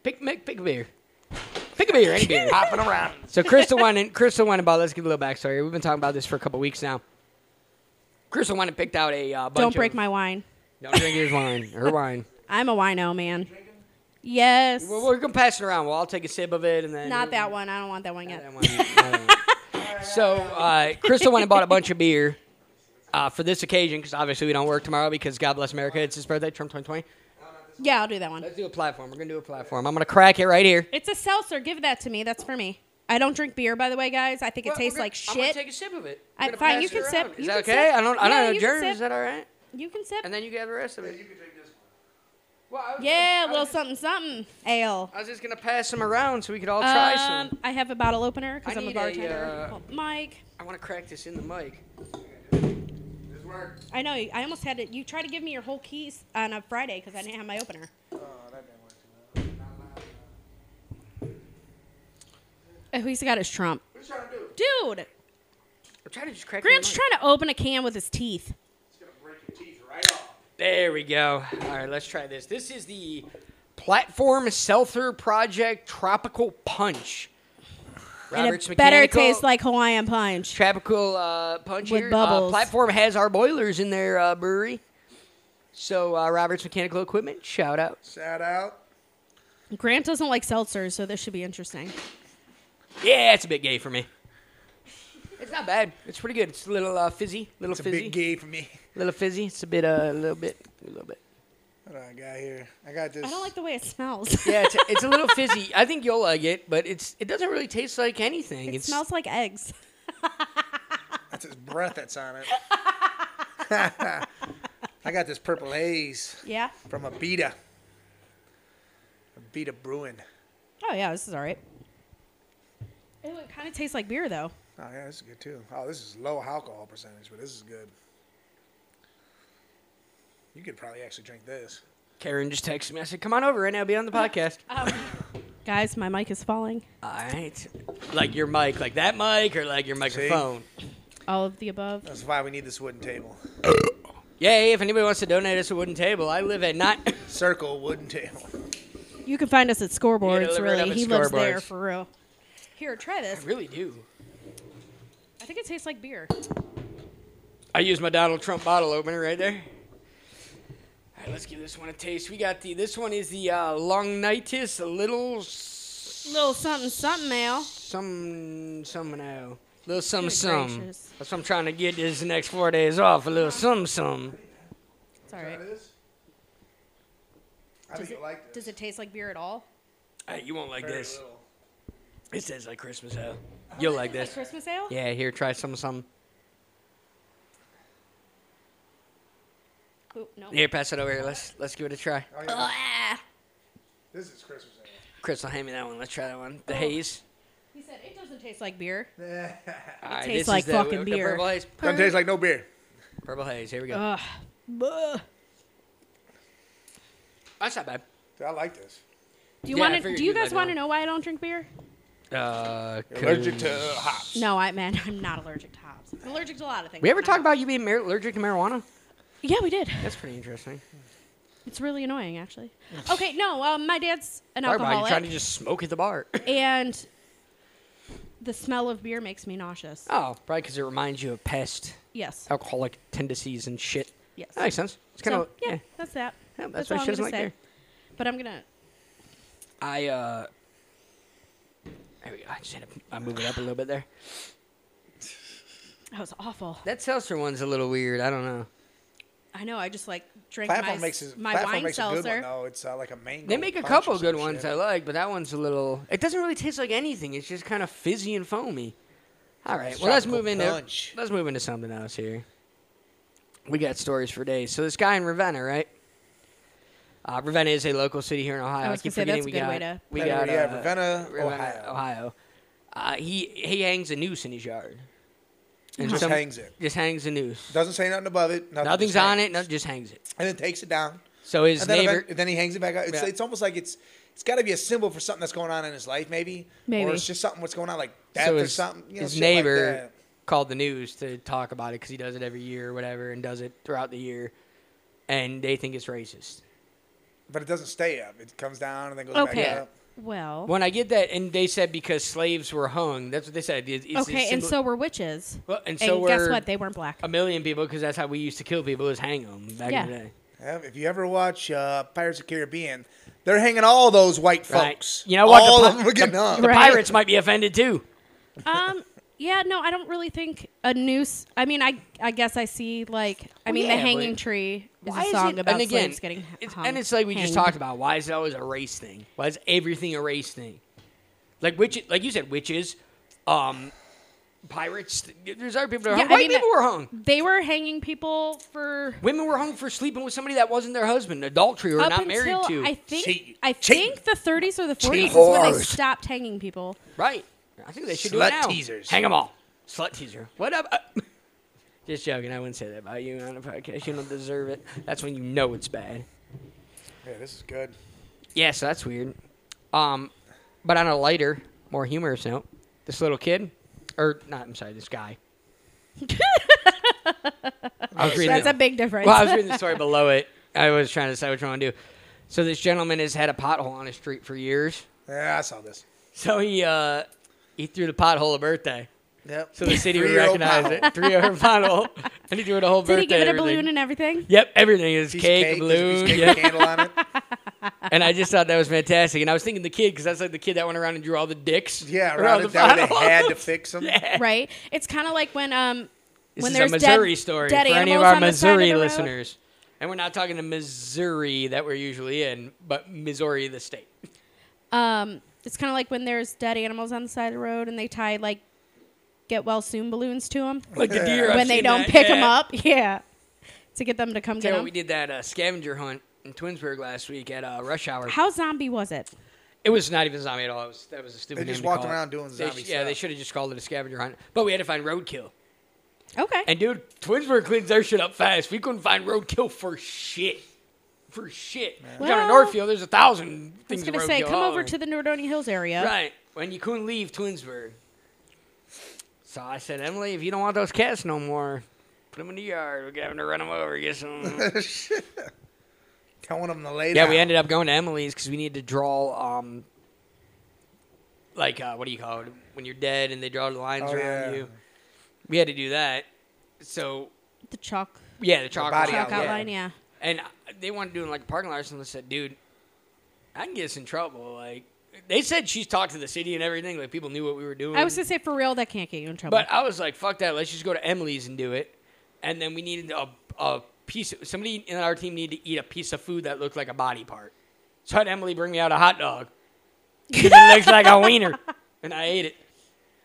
Pick, pick, pick a beer. Pick a beer. Any beer. Hopping around. So Crystal won and Crystal won about. Let's give a little backstory. We've been talking about this for a couple weeks now. Crystal won and picked out a uh, bunch don't break of- my wine. Don't drink his wine. Her wine. I'm a wino man. Yes. Well, we're gonna pass it around. Well, I'll take a sip of it and then Not that one. I don't want that one yet. That one. Uh, so uh, Crystal went and bought a bunch of beer uh, for this occasion because obviously we don't work tomorrow because God bless America. It's his birthday, Trump 2020. Yeah, I'll do that one. Let's do a platform. We're gonna do a platform. I'm gonna crack it right here. It's a seltzer. Give that to me. That's for me. I don't drink beer, by the way, guys. I think it Well, we're tastes gonna- like I'm gonna shit. take a sip of it. I- We're gonna fine, pass you it can around. sip. Is You that can okay? sip. I don't. I Yeah, don't know you can germs. sip. Is that all right? you can sip. And then you can have the rest of it. Well, I was yeah, a gonna, I little was- something, something. Ale. I was just gonna pass them around so we could all try Um, some. I have a bottle opener I because I'm a need a, bartender. uh, Hold- Mike, I want to crack this in the mic. I know. I almost had it. You tried to give me your whole keys on a Friday because I didn't have my opener. Uh, Who's got his Trump? Dude, I'm trying to just crack. it in the Grant's mic. trying to open a can with his teeth. There we go. All right, let's try this. This is the Platform Seltzer Project Tropical Punch. Robert's and it better Mechanical taste like Hawaiian Punch. Tropical uh, Punch With here. Uh, bubbles. Platform has our boilers in their uh, brewery. So uh, Robert's Mechanical Equipment, shout out. Shout out. Grant doesn't like seltzers, so this should be interesting. Yeah, it's a bit gay for me. It's not bad. It's pretty good. It's a little uh, fizzy, little It's a fizzy, big gay for me. little fizzy. It's a bit, uh, a little bit, a little bit. What do I got here? I got this. I don't like the way it smells. Yeah, it's a, it's a little fizzy. I think you'll like it, but it's it doesn't really taste like anything. It it's smells like eggs. That's his breath that's on it. I got this purple haze Yeah. from Abita. Abita Brewing. Oh yeah, this is all right. Ew, it kind of tastes like beer though. Oh yeah, this is good too. Oh, this is low alcohol percentage, but this is good. You could probably actually drink this. Karen just texted me. I said, "Come on over right now. Be on the Uh-huh. podcast." Guys, my mic is falling. All right, like your mic, like that mic, or like your microphone. All of the above. That's why we need this wooden table. Yay! If anybody wants to donate us a wooden table, I live at not. Circle wooden table. You can find us at You gotta scoreboards. live right up Really, at he lives there Scoreboards. for real. Here, try I this. really do. I think it tastes like beer. I use my Donald Trump bottle opener right there. All right, let's give this one a taste. We got the. This one is the uh, Longitis Little s- Little something, something, Al. Some Some Now. Little Some Good Some. gracious. That's what I'm trying to get this next four days off. A little Some Some. It's all right. I Does think it, you like this. does it taste like beer at all? Hey, you won't like Very this. little. It tastes like Christmas ale. You'll like Like this. Christmas ale? Yeah, here, try some some. Ooh, no. Here, pass it over here. Let's let's give it a try. Oh, yeah, Ah! this is Christmas ale. Crystal, hand me that one. Let's try that one. The Oh. haze. He said it doesn't taste like beer. All right, tastes this is like the- fucking the beer. Oh. Purple haze. Doesn't taste like no beer. Purple haze. Here we go. Ugh. Buh. That's not bad. Dude, I like this. Do you Yeah, I want to? figured Do you you'd guys like want that. to know why I don't drink beer? Uh, Allergic to uh, hops. No, I man, I'm not allergic to hops. I'm allergic to a lot of things. We ever but talk not- about you being mar- allergic to marijuana? Yeah, we did. That's pretty interesting. It's really annoying, actually. Okay, no, um, my dad's an Sorry, Bob, you're alcoholic, trying to just smoke at the bar. and the smell of beer makes me nauseous. oh, probably because it reminds you of pest, yes. alcoholic tendencies and shit. Yes. That makes sense. It's kind So, of yeah, yeah. that's that. Yeah, that's that's all why I'm she doesn't gonna like say. beer. But I'm gonna. I uh. There we go. I just had to I move it up a little bit there. That was awful. That seltzer one's a little weird. I don't know. I know. I just like drank my, Platform s- makes is, my platform wine makes a good seltzer. one though. It's uh, like a mango. They make a punch or couple some good shit. ones I like, but that one's a little. It doesn't really taste like anything. It's just kind of fizzy and foamy. All right, well let's Tropical move into punch. let's move into something else here. We got stories for days. So this guy in Ravenna, right? Uh, Ravenna is a local city here in Ohio. I was keep gonna say, forgetting that's a we good got, way to we put it. got Yeah, uh, Ravenna, Ravenna, Ohio. Ohio. Uh, he he hangs a noose in his yard. And Just some- hangs it. Just hangs a noose. Doesn't say nothing above it. Nothing Nothing's just on hangs. it. No, just hangs it. And then takes it down. So his And then, neighbor. event- then he hangs it back up. It's, Yeah. it's almost like it's it's got to be a symbol for something that's going on in his life, maybe. Maybe. Or it's just something what's going on, like death so or his, something. You know, his shit like neighbor that. called the news to talk about it because he does it every year or whatever and does it throughout the year. And they think it's racist. but it doesn't stay up. It comes down and then goes back Okay. up. Well. When I get that, and they said because slaves were hung, that's what they said. It's, it's a Okay, and symbol- so were witches. Well, and And so were guess what? They weren't black. a million people because that's how we used to kill people is hang them back Yeah. in the day. Yeah, if you ever watch uh, Pirates of the Caribbean, they're hanging all those white Right. folks. You know what? The All pi- of them are getting hung. Right. Pirates might be offended too. Um. Yeah. No, I don't really think a noose. I mean, I I guess I see like. I Well, mean, yeah, the but hanging tree is Why a is song it- about and again, slaves getting it's, hung, And it's like we just hanged. talked about. Why is it always a race thing? Why is everything a race thing? Like witch, like you said, witches, um, pirates. There's other people that are Yeah, hung. I White mean, people were uh, hung. They were hanging people for Women were hung for sleeping with somebody that wasn't their husband, adultery, or up not married until to. I think Cheat. I Cheat. think the 30s or the 40s is when they Cheaters. stopped hanging people. right. I think they should do Slut it now. teasers. Hang them all. Slut teaser. What up? uh, just joking. I wouldn't say that about you on a podcast. You don't deserve it. That's when you know it's bad. Yeah, this is good. Yeah, so that's weird. Um, but on a lighter, more humorous note, this little kid, or not, I'm sorry, this guy. I was reading. That's the- a big difference. well, I was reading the story below it. I was trying to decide which one I want to do. So this gentleman has had a pothole on his street for years. Yeah, I saw this. So he uh, he threw the pothole a birthday. Yep. So the city would Three-year-old recognize pothole. it. Three year pothole, and he threw it a whole Did birthday. he give it a everything. balloon and everything? Yep, everything is Piece of cake, cake, there's a piece balloon. of cake yeah. with a candle on it. And I just thought that was fantastic. And I was thinking the kid, because that's like the kid that went around and drew all the dicks. Yeah, around it that way they bottle. had to fix them. yeah. Right. It's kind of like when um This when is there's a Missouri dead, story dead for any of animals our on the side of Missouri the road. listeners. And we're not talking to Missouri that we're usually in, but Missouri, the state. Um, it's kind of like when there's dead animals on the side of the road and they tie like get well soon balloons to them Like the deer. when I've they seen don't that, pick them yeah. up. Yeah. To get them to Tell come get you what, them. we did that uh, scavenger hunt in Twinsburg last week at uh, rush hour. How zombie was it? It was not even zombie at all. It was, that was a stupid They just name to walked call it. around doing They sh- zombie Yeah, they stuff. should have just called it a scavenger hunt. But we had to find roadkill. Okay. And dude, Twinsburg cleans their shit up fast. We couldn't find roadkill for shit. For shit. Down in Well, Northfield, there's a thousand I was things gonna say, roadkill come all over over. to the Nordonia Hills area. Right. When you couldn't leave Twinsburg. So I said, Emily, if you don't want those cats no more, put them in the yard. We're having to run them over. Get some. Telling them to lay yeah, down. we ended up going to Emily's because we needed to draw, um, like, uh, what do you call it? When you're dead and they draw the lines Oh, yeah. around you. We had to do that. So, The chalk yeah, the chalk, body chalk Yeah. outline, yeah. And I- they wanted to do it in, like a parking lot or something. I said, dude, I can get us in trouble. Like, they said she's talked to the city and everything. Like, people knew what we were doing. I was gonna say for real, that can't get you in trouble. But I was like, fuck that. Let's just go to Emily's and do it. And then we needed a, a piece. Somebody in our team needed to eat a piece of food that looked like a body part. So I had Emily bring me out a hot dog because it looks like a wiener, and I ate it.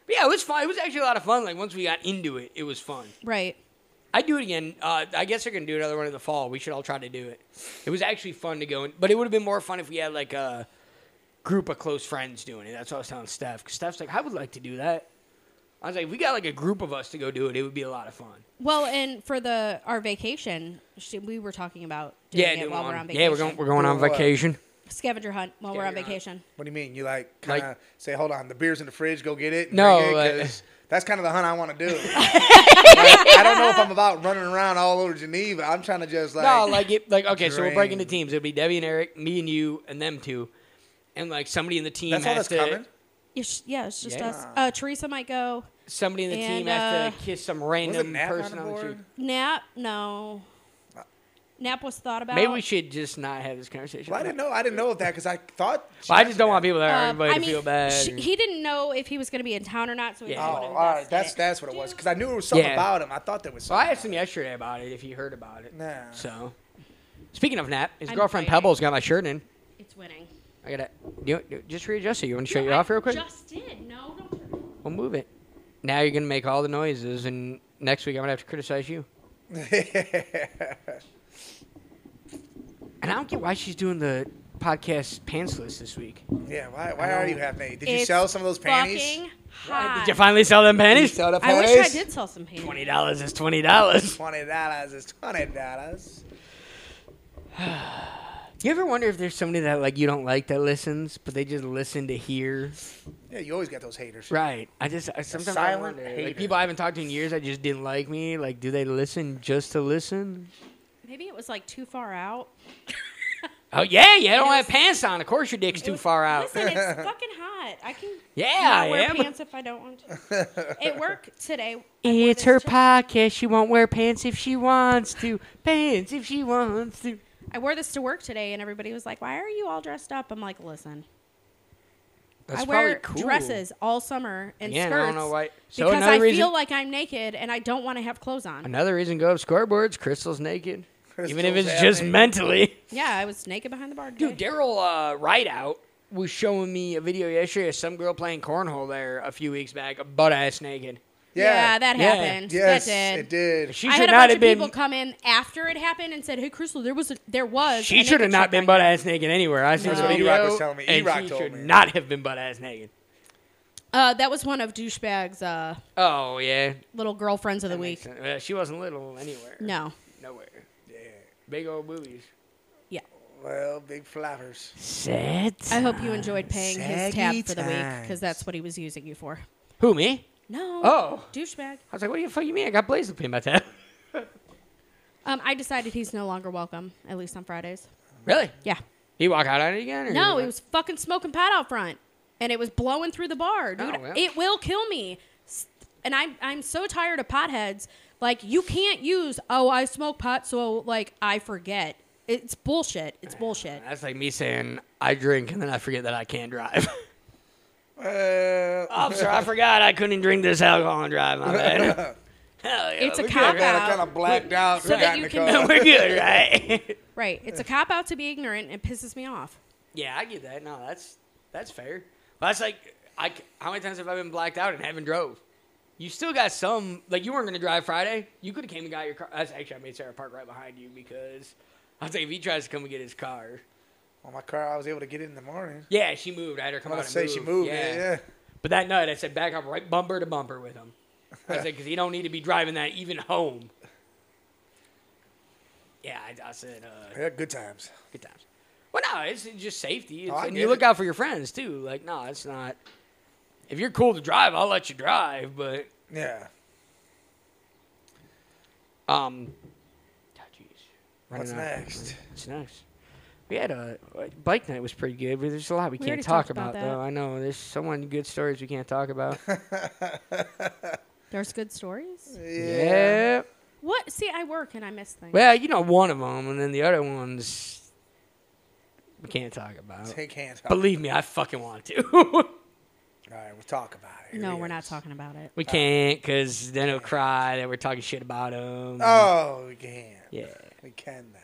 But yeah, it was fun. It was actually a lot of fun. Like once we got into it, it was fun. Right. I do it again. Uh, I guess they're gonna do another one in the fall. We should all try to do it. It was actually fun to go in, but it would have been more fun if we had like a group of close friends doing it. That's what I was telling Steph. 'Cause Steph's like, I would like to do that. I was like, if we got like a group of us to go do it. It would be a lot of fun. Well, and for the our vacation, she, we were talking about doing doing it while we're one. on vacation. Yeah, we're going. We're going on Doing what? vacation. scavenger hunt while we're on Scavenger hunt. vacation. What do you mean? You like kind of Like- say, hold on, the beer's in the fridge, go get it. and No, drink it," like- 'cause that's kind of the hunt I want to do. Like, I don't know if I'm about running around all over Geneva. I'm trying to just like, No, like it. Like okay, so we're breaking the drain. teams. It'd be Debbie and Eric, me and you, and them two, and like somebody in the team that's all has that's to. coming. Yeah, sh- yeah, it's just Yeah. us. Uh, Teresa might go. Somebody in the team And, has to uh, kiss some Wasn't random Nat on the person on the board? cheek. Nap? No. Uh, Nap was thought about. Maybe we should just not have this conversation. Well, I didn't know. I didn't know of that because I thought. Well, I just don't want people that are Um, invited I to mean, feel bad. sh- he didn't know if he was going to be in town or not, so he Yeah. Oh, didn't want to all right. That's invest in it. that's what it was because I knew there was something Yeah. about him. I thought there was so I something. asked him yesterday about it if he heard about it. Nah. So, speaking of Nap, his I'm girlfriend fighting. Pebble's got my shirt in. It's winning. I gotta you, you- just readjust it. You want to shut you off real quick? Just did. No, don't turn. it. We'll move it. Now you're gonna make all the noises, and next week I'm gonna have to criticize you. And I don't get why she's doing the podcast pantsless this week. yeah. Why? Why are you having? any? Did you It's sell some of those panties? Fucking hot. Did you finally sell them panties? Sell the I wish I panties? did sell some panties. Twenty dollars is twenty dollars. Twenty dollars is twenty dollars. You ever wonder if there's somebody that like you don't like that listens, but they just listen to hear? Yeah, you always got those haters. Right. I just I, sometimes I silent wonder. Like hater. people I haven't talked to in years, I just didn't like me. Like, do they listen just to listen? Maybe it was like too far out. Oh yeah, yeah. I don't It have was- pants on. Of course your dick's It too was- far out. Listen, it's fucking hot. I can Yeah, not I wear am. pants if I don't want to. At work today, I wore It's this her ch- podcast. She won't wear pants if she wants to. Pants if she wants to. I wore this to work today, and everybody was like, "Why are you all dressed up?" I'm like, "Listen, I wear dresses all summer and Again, I skirts don't know why- So because another I reason- feel like I'm naked and I don't want to have clothes on." Another reason go up scoreboards. Crystal's naked. Even if Crystal's it's just happy. mentally. Yeah, I was naked behind the bar. Dude, today. Daryl uh, Rideout was showing me a video yesterday of some girl playing cornhole there a few weeks back, butt ass naked. yeah, that Yeah. happened. Yes, that did. it did. She I should had a not bunch have of been. people come in after it happened and said, "Hey, Crystal, there was a, there was." a She naked should have chick not been down butt here." ass naked anywhere. I seen That's the what video, E-Rock was telling me. and E-Rock she told should me. not have been butt ass naked. Uh, that was one of douchebag's uh, Oh yeah, little girlfriends of the That week. makes sense. Well, she wasn't little anywhere. No, nowhere. Yeah, big old boobies. yeah. Well, big flappers. Set. I hope you enjoyed paying his Saggy tab for the week because times. that's what he was using you for. Who me? No. Oh. douchebag. I was like, what the fuck you mean? I got blazed to pay my tab. Um, I decided he's no longer welcome, at least on Fridays. really? Yeah. He walk out on it again? Or No, he he was fucking smoking pot out front, and it was blowing through the bar, dude. Oh, well. It will kill me, S- and I'm I'm so tired of potheads. Like you can't use oh I smoke pot so like I forget. It's bullshit. It's bullshit. That's like me saying I drink and then I forget that I can't drive. Well, Officer, I forgot I couldn't drink this alcohol and drive. My bad. Hell yeah, It's a we're cop good. kind of out. kind of blacked out. So got that in the you can- car. we're good, right? Right. It's a cop out to be ignorant. and It pisses me off. yeah, I get that. No, that's that's fair. Well, that's like, I c how many times have I been blacked out and haven't drove? You still got some. Like you weren't gonna drive Friday. You could have came and got your car. That's actually I made Sarah park right behind you because I was like, if he tries to come and get his car, On my car, I was able to get it in the morning. yeah, she moved. I had her come I'm out gonna and say move. she moved. Yeah. yeah. But that night, I said back up right bumper to bumper with him. I said because he don't need to be driving that even home. Yeah, I, I said uh, Yeah, good times. good times. Well, no, it's just safety, It's- Oh, I and get you look it. out for your friends too. Like, no, it's not. If you're cool to drive, I'll let you drive. But Yeah. um, oh, jeez. What's Running out. next? What's next? We had a bike night was pretty good, but there's a lot we, We can't already talk talked about about that. though. I know there's so many good stories we can't talk about. There's good stories. yeah. What? See, I work and I miss things. Well, you know one of them, and then the other ones we can't talk about. Take hands. off. Believe me, I fucking want to. All right, we'll talk about it. Here no, he we're not is. talking about it. we can't, cause then he'll cry that we're talking shit about him. Oh, we can. Yeah. We can then.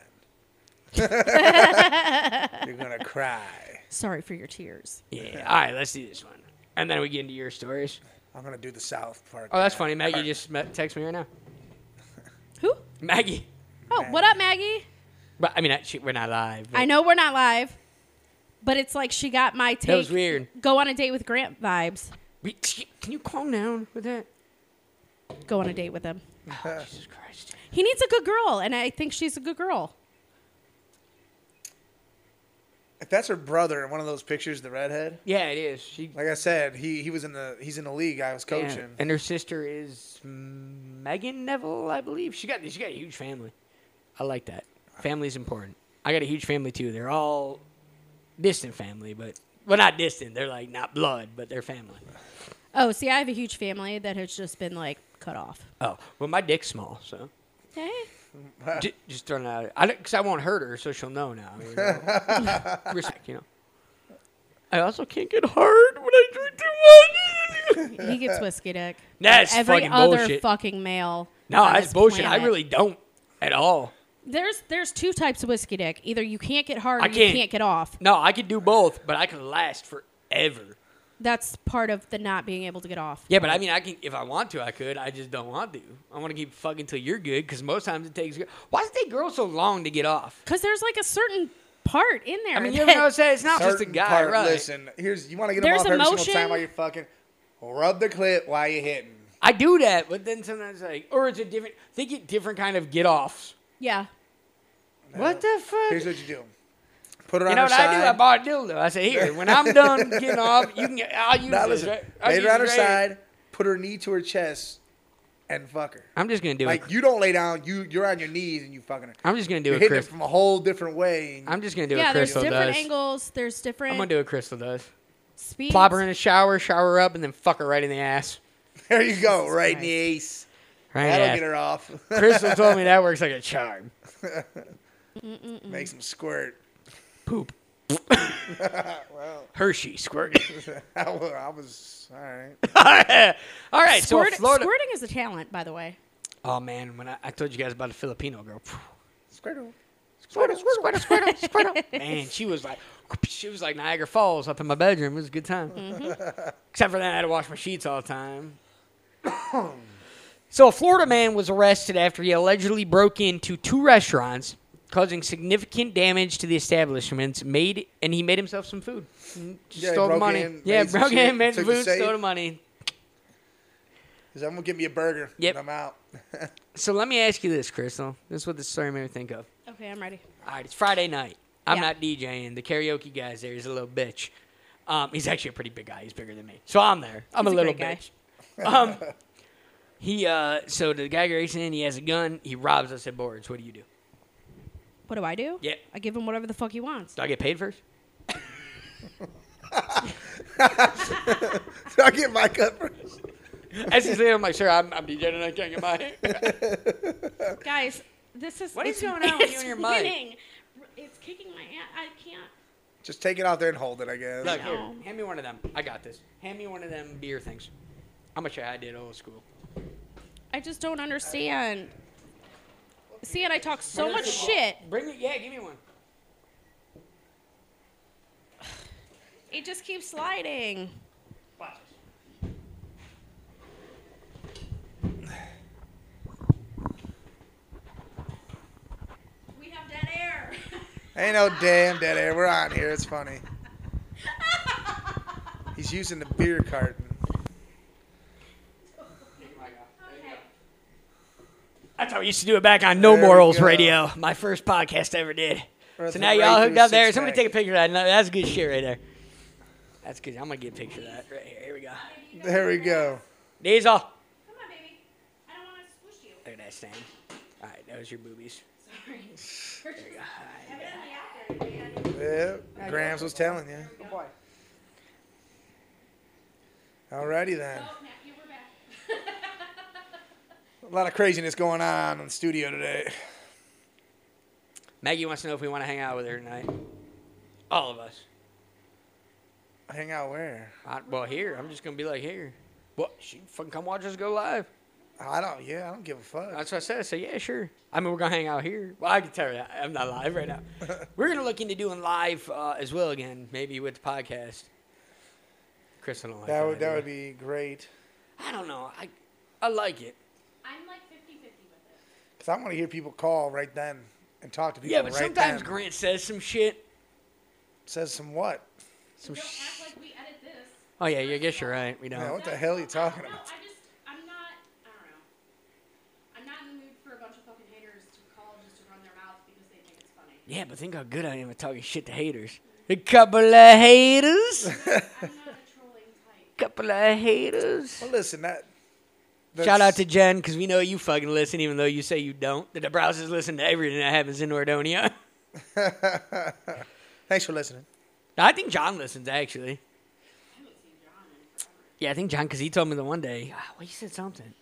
You're gonna cry. Sorry for your tears. Yeah. All right, let's do this one. And then we get into your stories. I'm gonna do the South Park. Oh, that's funny. Maggie just me- text me right now. Who? Maggie. Oh, what up, Maggie? But I mean, I- she, we're not live. but I know we're not live, but it's like she got my take. That was weird. Go on a date with Grant vibes. We, can you calm down with that? Go on a date with him. Oh, Jesus Christ. He needs a good girl, and I think she's a good girl. If that's her brother in one of those pictures, the redhead. Yeah, it is. She. Like I said, he he was in the he's in the league I was yeah. coaching. And her sister is Megan Neville, I believe. She got she got a huge family. I like that. Family's important. I got a huge family too. They're all distant family, but well, not distant. They're like not blood, but they're family. Oh, see, I have a huge family that has just been like cut off. Oh, well, my dick's small, so Hey, J- just throwing it out. I because I won't hurt her, so she'll know now. you know. Respect, you know. I also can't get hard when I drink too much. he gets whiskey dick. That's Every fucking other bullshit. fucking male. no, on that's this bullshit. I planet. really don't at all. There's there's two types of whiskey dick. Either you can't get hard, I or you can't. can't get off. No, I could do both, but I could last forever. That's part of the not being able to get off. Yeah, but I mean, I can if I want to, I could. I just don't want to. I want to keep fucking till you're good, because most times it takes. Why does it take girls so long to get off? Because there's like a certain part in there. I mean, you that- ever notice that it's not just a Certain guy, part- right? Listen, here's you want to get There's him off every emotion. single time while you're fucking. Rub the clit while you're hitting. I do that, but then sometimes like, or it's a different. They get different kind of get offs. yeah. What the fuck? Here's what you do. Put her on You know her what I side. do? I bought a dildo. I said, here, when I'm done getting off, you can get, I'll use Now this. listen, right? I'll lay her use on her this right here." side, put her knee to her chest, and fuck her. I'm just going to do it. Like you don't lay down, you you're on your knees and you fucking her. I'm just going to do You're it, hitting it Chris. from a whole different way. And I'm just going to do yeah, what there's Crystal different does. angles. There's different I'm going to do what Crystal does. speeds. Plop her in a shower, shower her up, and then fuck her right in the ass. there you go, right in Christ. the ace. Right in the That'll ass. get her off. Crystal told me that works like a charm. Make some squirt. Poop. Hershey squirting. I was, I was all right. All right, Squirt- so Florida. Squirting is a talent, by the way. Oh man, when I, I told you guys about the Filipino girl. Squirtle. Squirtle, squirtle, squirtle, squirtle. Man, she was like, she was like Niagara Falls up in my bedroom. It was a good time. Mm-hmm. Except for that, I had to wash my sheets all the time. so, a Florida man was arrested after he allegedly broke into two restaurants, causing significant damage to the establishments. Made and he made himself some food. Just Yeah, he stole the broke money. in, yeah, made some broke shit, in, made some took the food, safe. stole the money. He's like, I'm gonna give me a burger. Yep. And I'm out. So, let me ask you this, Crystal. This is what this story made me think of. Okay, I'm ready. All right, it's Friday night. I'm Yeah. not DJing. The karaoke guy's there. He's a little bitch. Um, he's actually a pretty big guy. He's bigger than me. So I'm there. I'm He's a a little great guy. bitch. Um, he uh, so the guy gets in. He has a gun. He robs us at boards. What do you do? What do I do? Yeah. I give him whatever the fuck he wants. Do I get paid first? So I get my cup first. As he's there, I'm like, sure, I'm, I'm DJing and I can't get my. Guys, this is What is it's- going on with you it's and your mic? winning. It's kicking my ass. I can't. Just take it out there and hold it, I guess. Look No. here, hand me one of them. I got this. Hand me one of them beer things. How much I did old school. I just don't understand. See, and I talk so much shit. Bring it. Yeah, give me one. It just keeps sliding. Watch this. We have dead air. Ain't no damn dead air. We're on here. It's funny. He's using the beer carton. That's how we used to do it back on No There we Morals go. Radio, my first podcast I ever did. Right so through- now you right all through hooked the up there. six Somebody pack. take a picture of that. No, that's good shit right there. That's good. I'm gonna get a picture of that right here. Here we go. There we go. Diesel. Come on, baby. I don't want to squish you. Look at that stand. All right, that was your boobies. Sorry. Yep. Grams was telling you. Alrighty then. A lot of craziness going on in the studio today. Maggie wants to know if we want to hang out with her tonight. All of us. Hang out where? I, well, here I'm just gonna be like here. What? She can fucking come watch us go live. I don't. Yeah, I don't give a fuck. That's what I said. I said, yeah, sure. I mean, we're gonna hang out here. Well, I can tell you, that. I'm not live right now. we're gonna look into doing live uh, as well again, maybe with the podcast. Chris and I. Like that would that idea. would be great. I don't know. I I like it. I'm like 50 50 with Cause I want to hear people call right then and talk to people. Yeah, but right sometimes then. Grant says some shit. says some what? Some it. sh- act like we edit this. oh yeah, yeah, I guess you're right. We Man, know. what the hell are you talking No, about? I just, I'm not, I don't know. I'm not in the mood for a bunch of fucking haters to call just to run their mouth because they think it's funny. Yeah, but think how good I am at talking shit to haters. A couple of haters. I'm not a trolling type. couple of haters. Well, listen, that. Shout out that's- to Jen because we know you fucking listen, even though you say you don't. The Browsers listen to everything that happens in Nordonia. Thanks for listening. I think John listens actually. Yeah, I think John, because he told me the one day, ah, well, he said something.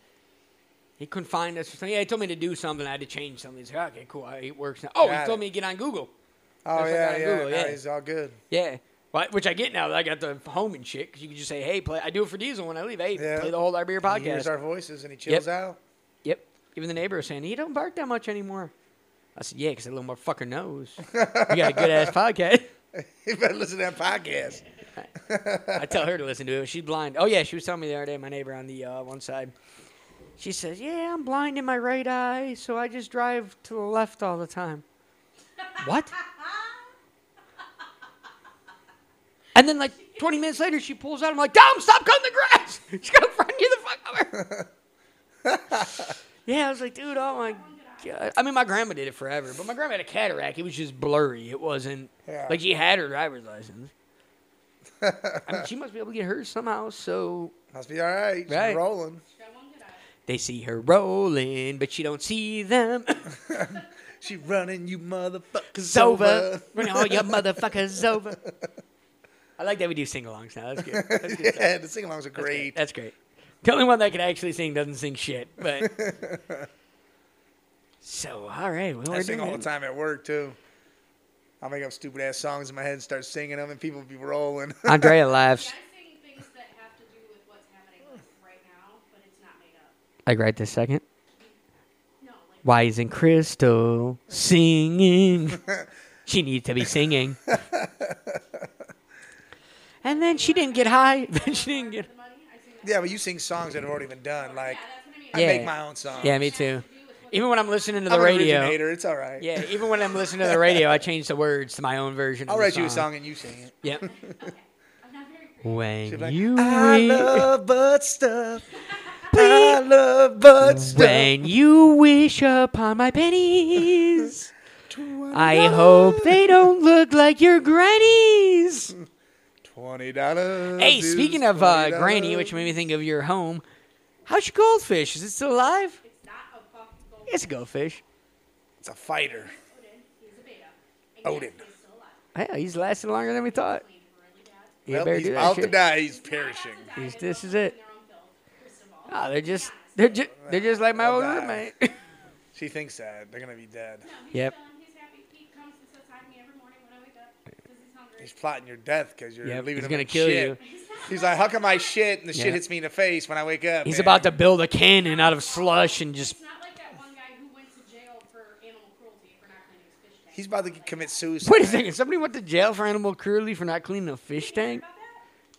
He couldn't find us or something. Yeah, he told me to do something. I had to change something. He's like, okay, cool. I- It works now. Oh, he Got told it. me to get on Google. Oh That's yeah, what I got on yeah, Google, no, yeah. He's all good. Yeah. Well, which I get now that I got the home and shit, because you can just say, hey, play. I do it for Diesel when I leave. Hey, Yeah. play the whole Beer He hears podcast. our voices and he chills out. yep. Even the neighbor was saying, he don't bark that much anymore. I said, yeah, because that little motherfucker knows. you got a good ass podcast. You better listen to that podcast. I tell her to listen to it. She's blind. Oh yeah, she was telling me the other day. My neighbor on the uh, one side, she says, "Yeah, I'm blind in my right eye, so I just drive to the left all the time." What? And then like 20 minutes later, she pulls out. I'm like, "Dom, stop cutting the grass! She's gonna front you the fuck over." yeah, I was like, "Dude, oh my." God. I mean, my grandma did it forever, but my grandma had a cataract. It was just blurry. It wasn't Yeah. like she had her driver's license. I mean, she must be able to get hers somehow. So Must be all right. He's Right. rolling. they see her rolling, but she don't see them. She running you motherfuckers It's over. over. Run all your motherfuckers over. I like that we do sing-alongs now. That's good. That's good stuff. yeah, the sing-alongs are That's good. great. That's great. The only one that can actually sing doesn't sing shit. But so all right, well, I we're sing doing all the it. time at work too. I'll make up stupid ass songs in my head and start singing them, and people be rolling. Andrea laughs I sing things that have to do with what's happening right now, but it's not made up. like right this second. No, like, Why isn't Crystal singing? she needs to be singing. and then she didn't get high. Then she didn't get. the money, I sing that. yeah, but you sing songs that have already been done. Like Yeah, that's what I mean. I Yeah. make my own songs. Yeah, me too. Even when I'm listening to the I'm an radio. originator. It's all right. Yeah, even when I'm listening to the radio, I change the words to my own version. I'll of the write you a song and you sing it. Yep. I'm not very creative. When She'll be like, you I wi- love butt stuff. I love butt stuff. when you wish upon my pennies, I hope they don't look like your grannies. Twenty dollars. Hey, speaking of uh, Granny, which made me think of your home, how's your goldfish? Is it still alive? It's not a fucking gold. It's a goldfish. it's a fighter. Odin. He's a beta. And Odin. Yes, he's still alive. Yeah, he's lasting longer than we thought. He's really bad. You Well, better he's do that about to shit. die. He's perishing. He's- They're this is both it. in their own field, first of all. Ah, they're just they're just they're just like my old Well, roommate. She thinks that they're gonna be dead. No, he's Yep. done. He's happy. He comes and sits on me every morning when I wake up because he's hungry. He's plotting your death because you're Yep, leaving he's him gonna in kill shit. you. He's like, how come I shit and the Yeah. shit hits me in the face when I wake up? He's man?" about to build a cannon out of slush and just It's not like that one guy who went to jail for animal cruelty for not cleaning his fish tank. He's about to commit suicide. wait a second. Somebody went to jail for animal cruelty for not cleaning a fish tank. About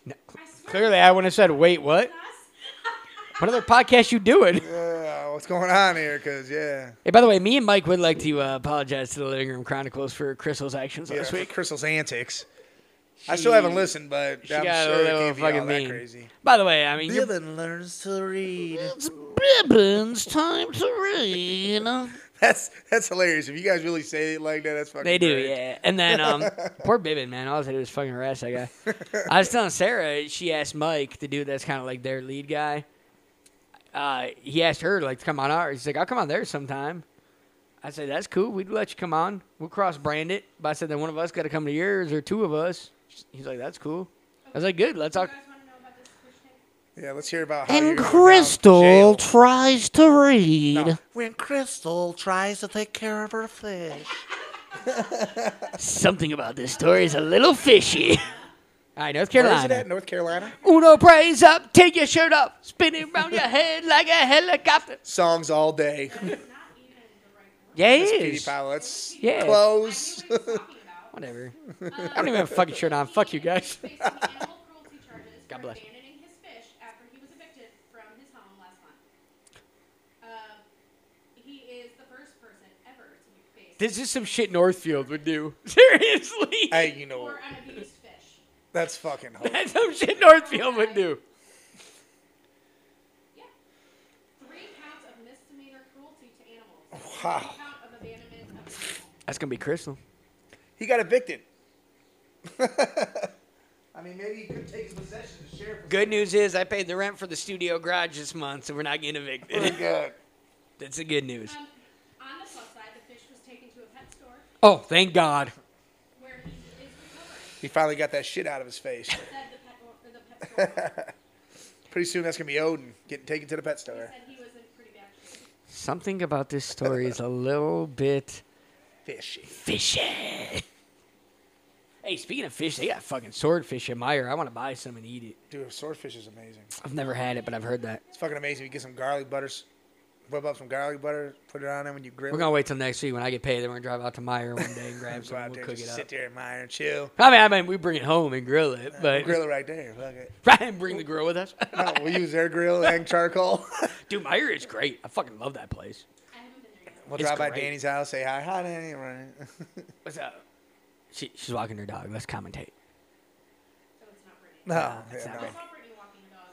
that? No, cl- I swear clearly, I wouldn't have said, "Wait, what? Us? What other podcast you doing?" Yeah, Uh, what's going on here? Because yeah, Hey, by the way, me and Mike would like to uh, apologize to the Living Room Chronicles for Crystal's actions yeah last for week. Crystal's antics. I still haven't listened, but She I'm got sure a it little can't be all fucking that mean. crazy. By the way, I mean, you're- Bibbin learns to read. it's Bibbins time to read. That's that's hilarious. If you guys really say it like that, that's fucking. They do, great. yeah. And then um, poor Bibbin, man, all I did was fucking harass that guy. I was telling Sarah, she asked Mike, the dude that's kind of like their lead guy. Uh, he asked her like to come on ours. He's like, I'll come on there sometime. I said, that's cool. We'd let you come on. We'll cross brand it. But I said, then one of us got to come to yours or two of us. He's like, that's cool. I was like, good. Let's You talk. guys want to know about this fish tank? Yeah, let's hear about how you're going down jail. tries to read. No. When Crystal tries to take care of her fish. Something about this story is a little fishy. All right, North Where is it Carolina. at? North Carolina? Uno, praise up, take your shirt off, spin it around your head like a helicopter. Songs all day. Yeah, it Petey is. Powell, let's Yeah. close. Whatever. I don't even have a fucking shirt on. Ah, Fuck you guys. God bless. Um, This is some shit Northfield would do. Seriously. hey, you know, that's fucking hard. That's some shit Northfield would do. Wow. That's gonna be Crystal. He got evicted. I mean, maybe he could take his possessions to share for Good news is I paid the rent for the studio garage this month, so we're not getting Pretty evicted. good. That's the good news. On the plus side, the fish was taken to a pet store Oh, thank God. where he is recovering. He finally got that shit out of his face. Said the pet, or the pet store Pretty soon that's gonna be Odin getting taken to the pet store. said he was in pretty bad shape. Something about this story is a little bit Fishy. fishy. Hey, speaking of fish, they got fucking swordfish in Meyer. I want to buy some and eat it. Dude, swordfish is amazing. I've never had it, but I've heard that. It's fucking amazing. You get some garlic butters, whip up some garlic butter, put it on there when you grill. We're gonna wait till next week when I get paid. Then we're gonna drive out to Meyer one day and it. grab Go some. out and We'll there, cook just it sit up. there, admire, and chill. I mean, I mean, we bring it home and grill it, but Grill it right there. Fuck it. Ryan, bring the grill with us. No, we'll use their grill and charcoal. Dude, Meyer is great. I fucking love that place. We'll It's drive by great. Danny's house, say hi, hi Danny. Right. What's up? She, she's walking her dog. Let's commentate. So it's not Brittany. No, that's yeah, not no. right. Saw Brittany walking the dog.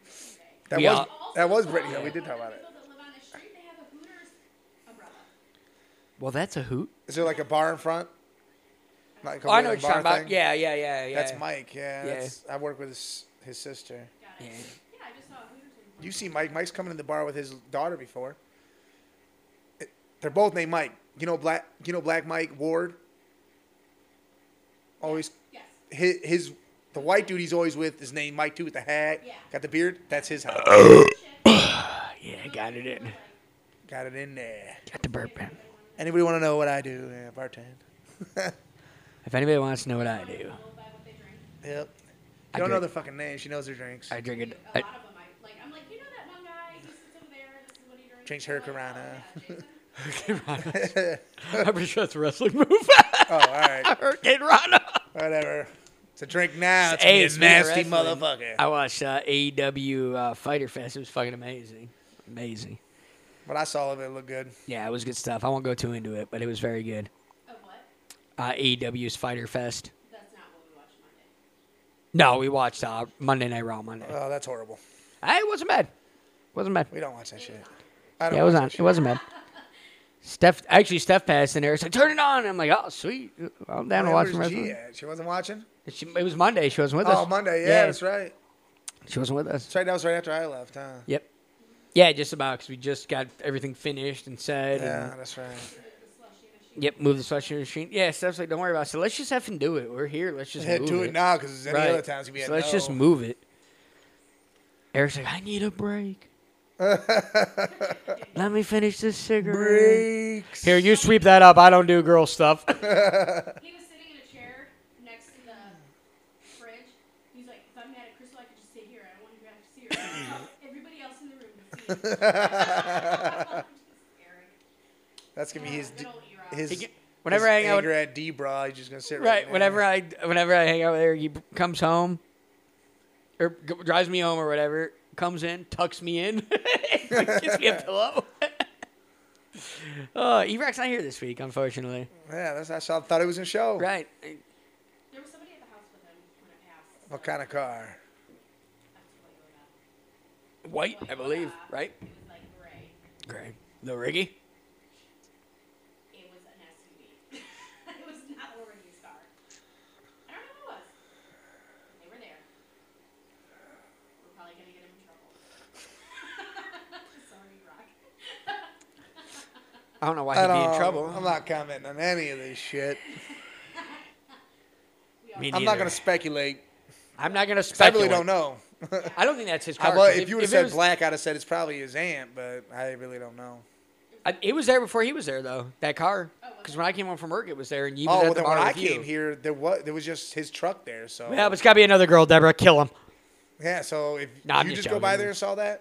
yesterday. that We was all- that was Brittany. Brittany. though. We did talk about it. People that live on the street, they have a Hooters umbrella. Well, that's a hoot. Is there like a bar in front? Like a Oh, I know little what you're talking bar about. thing? Yeah, yeah, yeah, yeah. That's Mike. Yeah, Yeah. That's, I work with his, his sister. Yeah. Yeah, I just saw a Hooters umbrella. You see Mike. Mike's coming in the bar with his daughter before. It- they're both named Mike. You know Black. You know Black Mike Ward. Always Yes. his, his the white dude he's always with is named Mike too with the hat. Yeah. Got the beard. That's his house. Yeah, got it in. Got it in there. Got the burp in. Anybody want to know what I do? Yeah, bartend. If anybody wants to know what I do, Yep. I You don't know drink- their fucking name. She knows their drinks. I drink it. A I, lot of them, I, like, I'm like, you know that one guy? He sits over there. This is what he drinks. Drinks her I'm like, oh, Corona. yeah, Jason. I'm pretty sure that's a wrestling move. Oh, all right. Hurricane Rana. Whatever. It's a drink now. It's Hey, hey, a speaking of nasty wrestling, motherfucker. I watched uh, AEW uh, Fighter Fest. It was fucking amazing. Amazing. But I saw of it. It looked good. Yeah, it was good stuff. I won't go too into it, but it was very good. Of Oh, what? Uh, AEW's Fighter Fest. That's not what we watched Monday. No, we watched uh, Monday Night Raw Monday. Oh, that's horrible. Hey, it wasn't bad. wasn't bad. We don't watch that shit. I don't Yeah, it was watch on. that It shit. wasn't bad. Steph, actually, Steph passed in there. She said, "Turn it on." I'm like, "Oh, sweet, I'm down to Where watch was some G wrestling." at? She wasn't watching? She, it was Monday. She wasn't with us. Oh, Monday. Yeah, that's right. She wasn't with us. That's right. That was right after I left, huh? Yep. Yeah, just about because we just got everything finished and said. Yeah, And, that's right. yep. Move the slushy machine. Yeah, Steph's like, "Don't worry about it." So let's just effing do it. We're here. Let's just Yeah, move do it now because any Right. other times you be so at let's just no. move it. Eric's like, "I need a break. Let me finish this cigarette." Breaks. Here, you sweep that up. I don't do girl stuff. He was sitting in a chair next to the fridge. He's like, if I'm mad at Crystal, I could just sit here. I don't want you to have to see her. Everybody else in the room can see. Just arrogant. That's gonna be his d- Don't you, Rob? his. He get- whenever his I hang out with- anger at D bra, he's just gonna sit right. Right. there. Whenever I whenever I hang out with Eric, he b- comes home or g- drives me home or whatever. Comes in, tucks me in, gives me a pillow. Oh, Erek's not here this week, unfortunately. yeah, that's I saw, thought it was a show. Right. There was somebody at the house with him when it passed. What kind of car? That's what he was at. White, I believe. Right. It was like gray. Great. The Riggy. It was an SUV. it was not a Riggy's car. I don't know who it was. They were there. We're probably gonna get him in trouble. Sorry, Brock. I don't know why I he'd don't. be in trouble. I'm not commenting on any of this shit. Me I'm not neither. gonna speculate. I'm not gonna 'cause I speculate. really don't know. I don't think that's his I, car. well, 'cause if you would it have said was- black, I'd have said it's probably his aunt, but I really don't know. I, it was there before he was there, though. That car, because when I came home from work, it was there, and you. Oh, was well, at the then bar when I with you. came here, there was there was just his truck there. So Yeah, but it's got to be another girl, Deborah. Kill him. Yeah, so if Nah, I'm you just just, go by joking. there and saw that,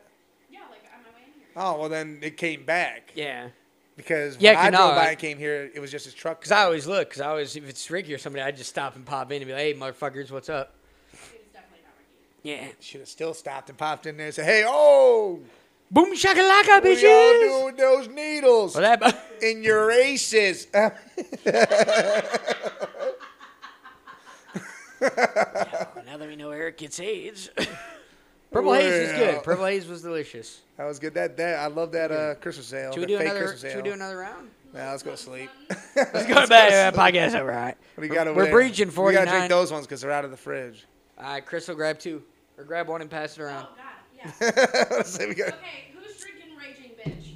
Yeah, like on my way in here. oh well, then it came back Yeah. because Yeah, when I 'cause drove no, by I- and came here, it was just his truck. Because I always look, because I always, if it's Ricky or somebody, I just stop and pop in and be like, hey, motherfuckers, what's up? Yeah. should have still stopped and popped in there and said, "Hey, oh, Boom shakalaka, what y'all bitches. doing with those needles Well, that, bu- in your aces?" now that we know Eric gets AIDS. Purple Haze is Well. good. Purple Haze was delicious. That was good. That that I love that uh, Christmas ale. Should we that do fake another? Christmas Should ale. we do another round? Nah, let's go to sleep. Let's go to bed. uh, Podcast over. All right. What do you got over We're there? breaching We gotta 49. drink those ones because they're out of the fridge. All right, Crystal, grab two or grab one and pass it around. Oh God, yeah. So we got- okay, who's drinking Raging Bitch?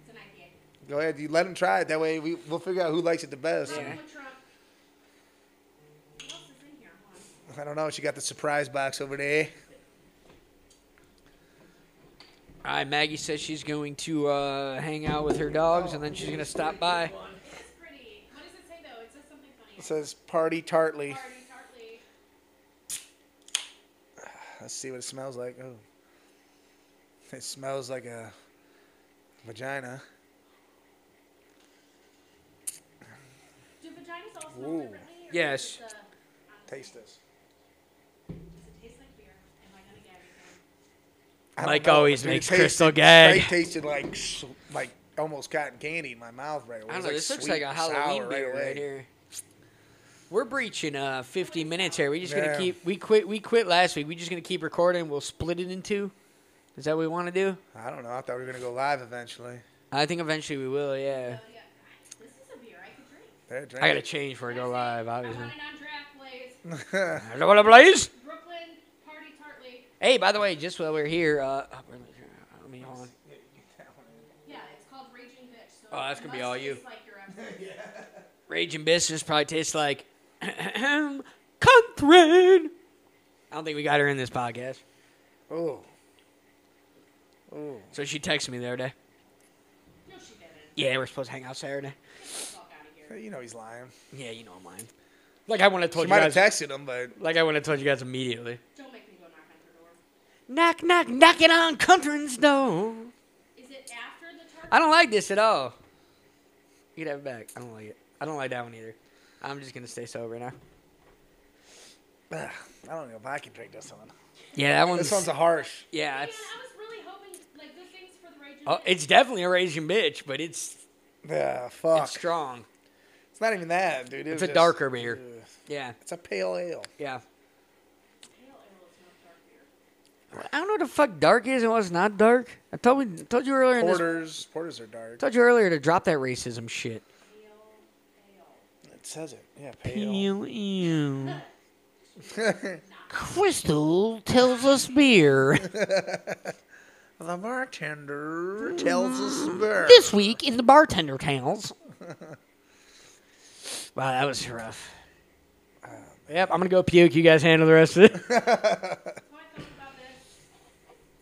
It's an IPA. go ahead, you let them try it. That way we we'll figure out who likes it the best. Donald Trump. Who else is in here? Hold on. I don't know. She got the surprise box over there. All right, Maggie says she's going to uh, hang out with her dogs and then she's gonna stop by. It is pretty. What does it say though? It says something funny. It says party tartly. Party tartly. Let's see what it smells like. Oh, it smells like a vagina. Do vaginas all smell Ooh. differently? or Yes. Does it, uh, Taste this. does it taste like beer? Am I gonna gag again? I don't Mike know, always dude, it makes tasted- Crystal gag. It tasted like s- like almost cotton candy in my mouth right away. It I don't was know. this looks sweet like a and sour Halloween right beer right, away. here. We're breaching uh, 50 minutes here. We're just Yeah. gonna keep. We quit. We quit last week. We're just gonna keep recording. We'll split it in two. Is that what we want to do? I don't know. I thought we were gonna go live eventually. I think eventually we will. Yeah. Oh, yeah. I- This is a beer I could drink. There, drink I gotta it. change before I go live. I Obviously. want it on draft, please. I don't wanna blaze. Brooklyn Party Tartly. Hey, by the way, just while we're here, uh, oh, where- let me hold on. Yeah, it's called Raging Bitch. So Oh, that's gonna be it must all you. taste Like your ex- Raging business probably tastes like Catherine. I don't think we got her in this podcast. Oh, So she texted me the other day. no, she didn't. Yeah, we're supposed to hang out Saturday. Fuck out of here. you know he's lying. Yeah, you know I'm lying. Like I want to She told you might have guys. texted him, but like I want to told you guys immediately. Don't make me go knock on her door. Knock, knock, knock it on Catherine's door. Is it after the tartly? I don't like this at all. You can have it back. I don't like it. I don't like that one either. I'm just gonna stay sober now. ugh, I don't know if I can drink this one. Yeah, that one's. This one's a harsh. yeah, Man, it's. I was really hoping like good things for the Raging Oh, Bitch. it's definitely a raging bitch, but it's Yeah, fuck. it's strong. It's not even that, dude. It It's was a just- darker beer. Ugh. Yeah, It's a pale ale. yeah. Pale ale is not dark beer. I don't know what the fuck dark is and what's not dark. I told we told you earlier. In this, Porters, porters are dark. told you earlier to drop that racism shit. Pale ale. It says it. Yeah, pale. Ew, ew. Crystal tells us beer The bartender tells us beer. this week in the bartender tales. Wow, that was rough. Uh, Yep, I'm gonna go puke. You guys handle the rest of it. So I thought about this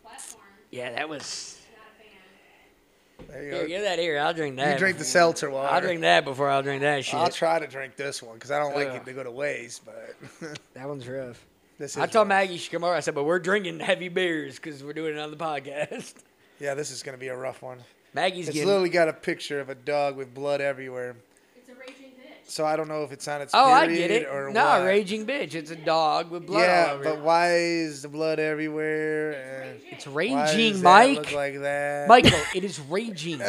platform. yeah, that was. Not a fan. There you Here, go. give that here. I'll drink that. You drink the seltzer water. I'll drink that before I'll drink that shit. I'll try to drink this one because I don't like Ugh. it to go to waste. But that one's rough. this is. I rough. told Maggie she come over. I said, but we're drinking heavy beers because we're doing it on the podcast. Yeah, this is gonna be a rough one. Maggie's It's getting. literally got a picture of a dog with blood everywhere. It's a Raging Bitch. So I don't know if it's on its oh, I period get it. or no, what. raging bitch. It's a dog with blood all yeah, over but it. why is the blood everywhere? And It's Raging. why does raging, that Mike. Look like that. Michael, it is raging.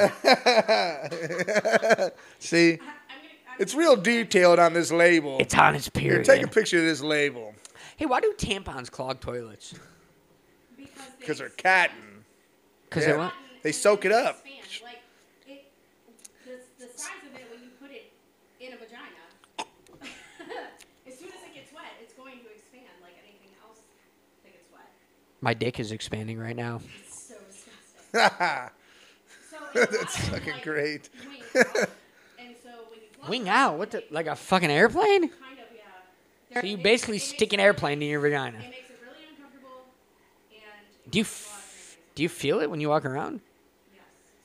See, I'm gonna, I'm it's real detailed on this label. it's on its Here, period. take a picture of this label hey, why do tampons clog toilets? because because they're cotton. Because Yeah. they want. They soak it up. Expand. Like it, the, the size of it when you put it in a vagina. as soon as it gets wet, it's going to expand like anything else that gets wet. My dick is expanding right now. It's so disgusting. That's So it's awesome, fucking like, great. Wing out. And so when you blow Wing it, out? What the? Like a fucking airplane? Kind of, yeah. So you basically stick an airplane in your vagina. It makes it really uncomfortable. And it Do you makes a lot f- of do you feel it when you walk around? things.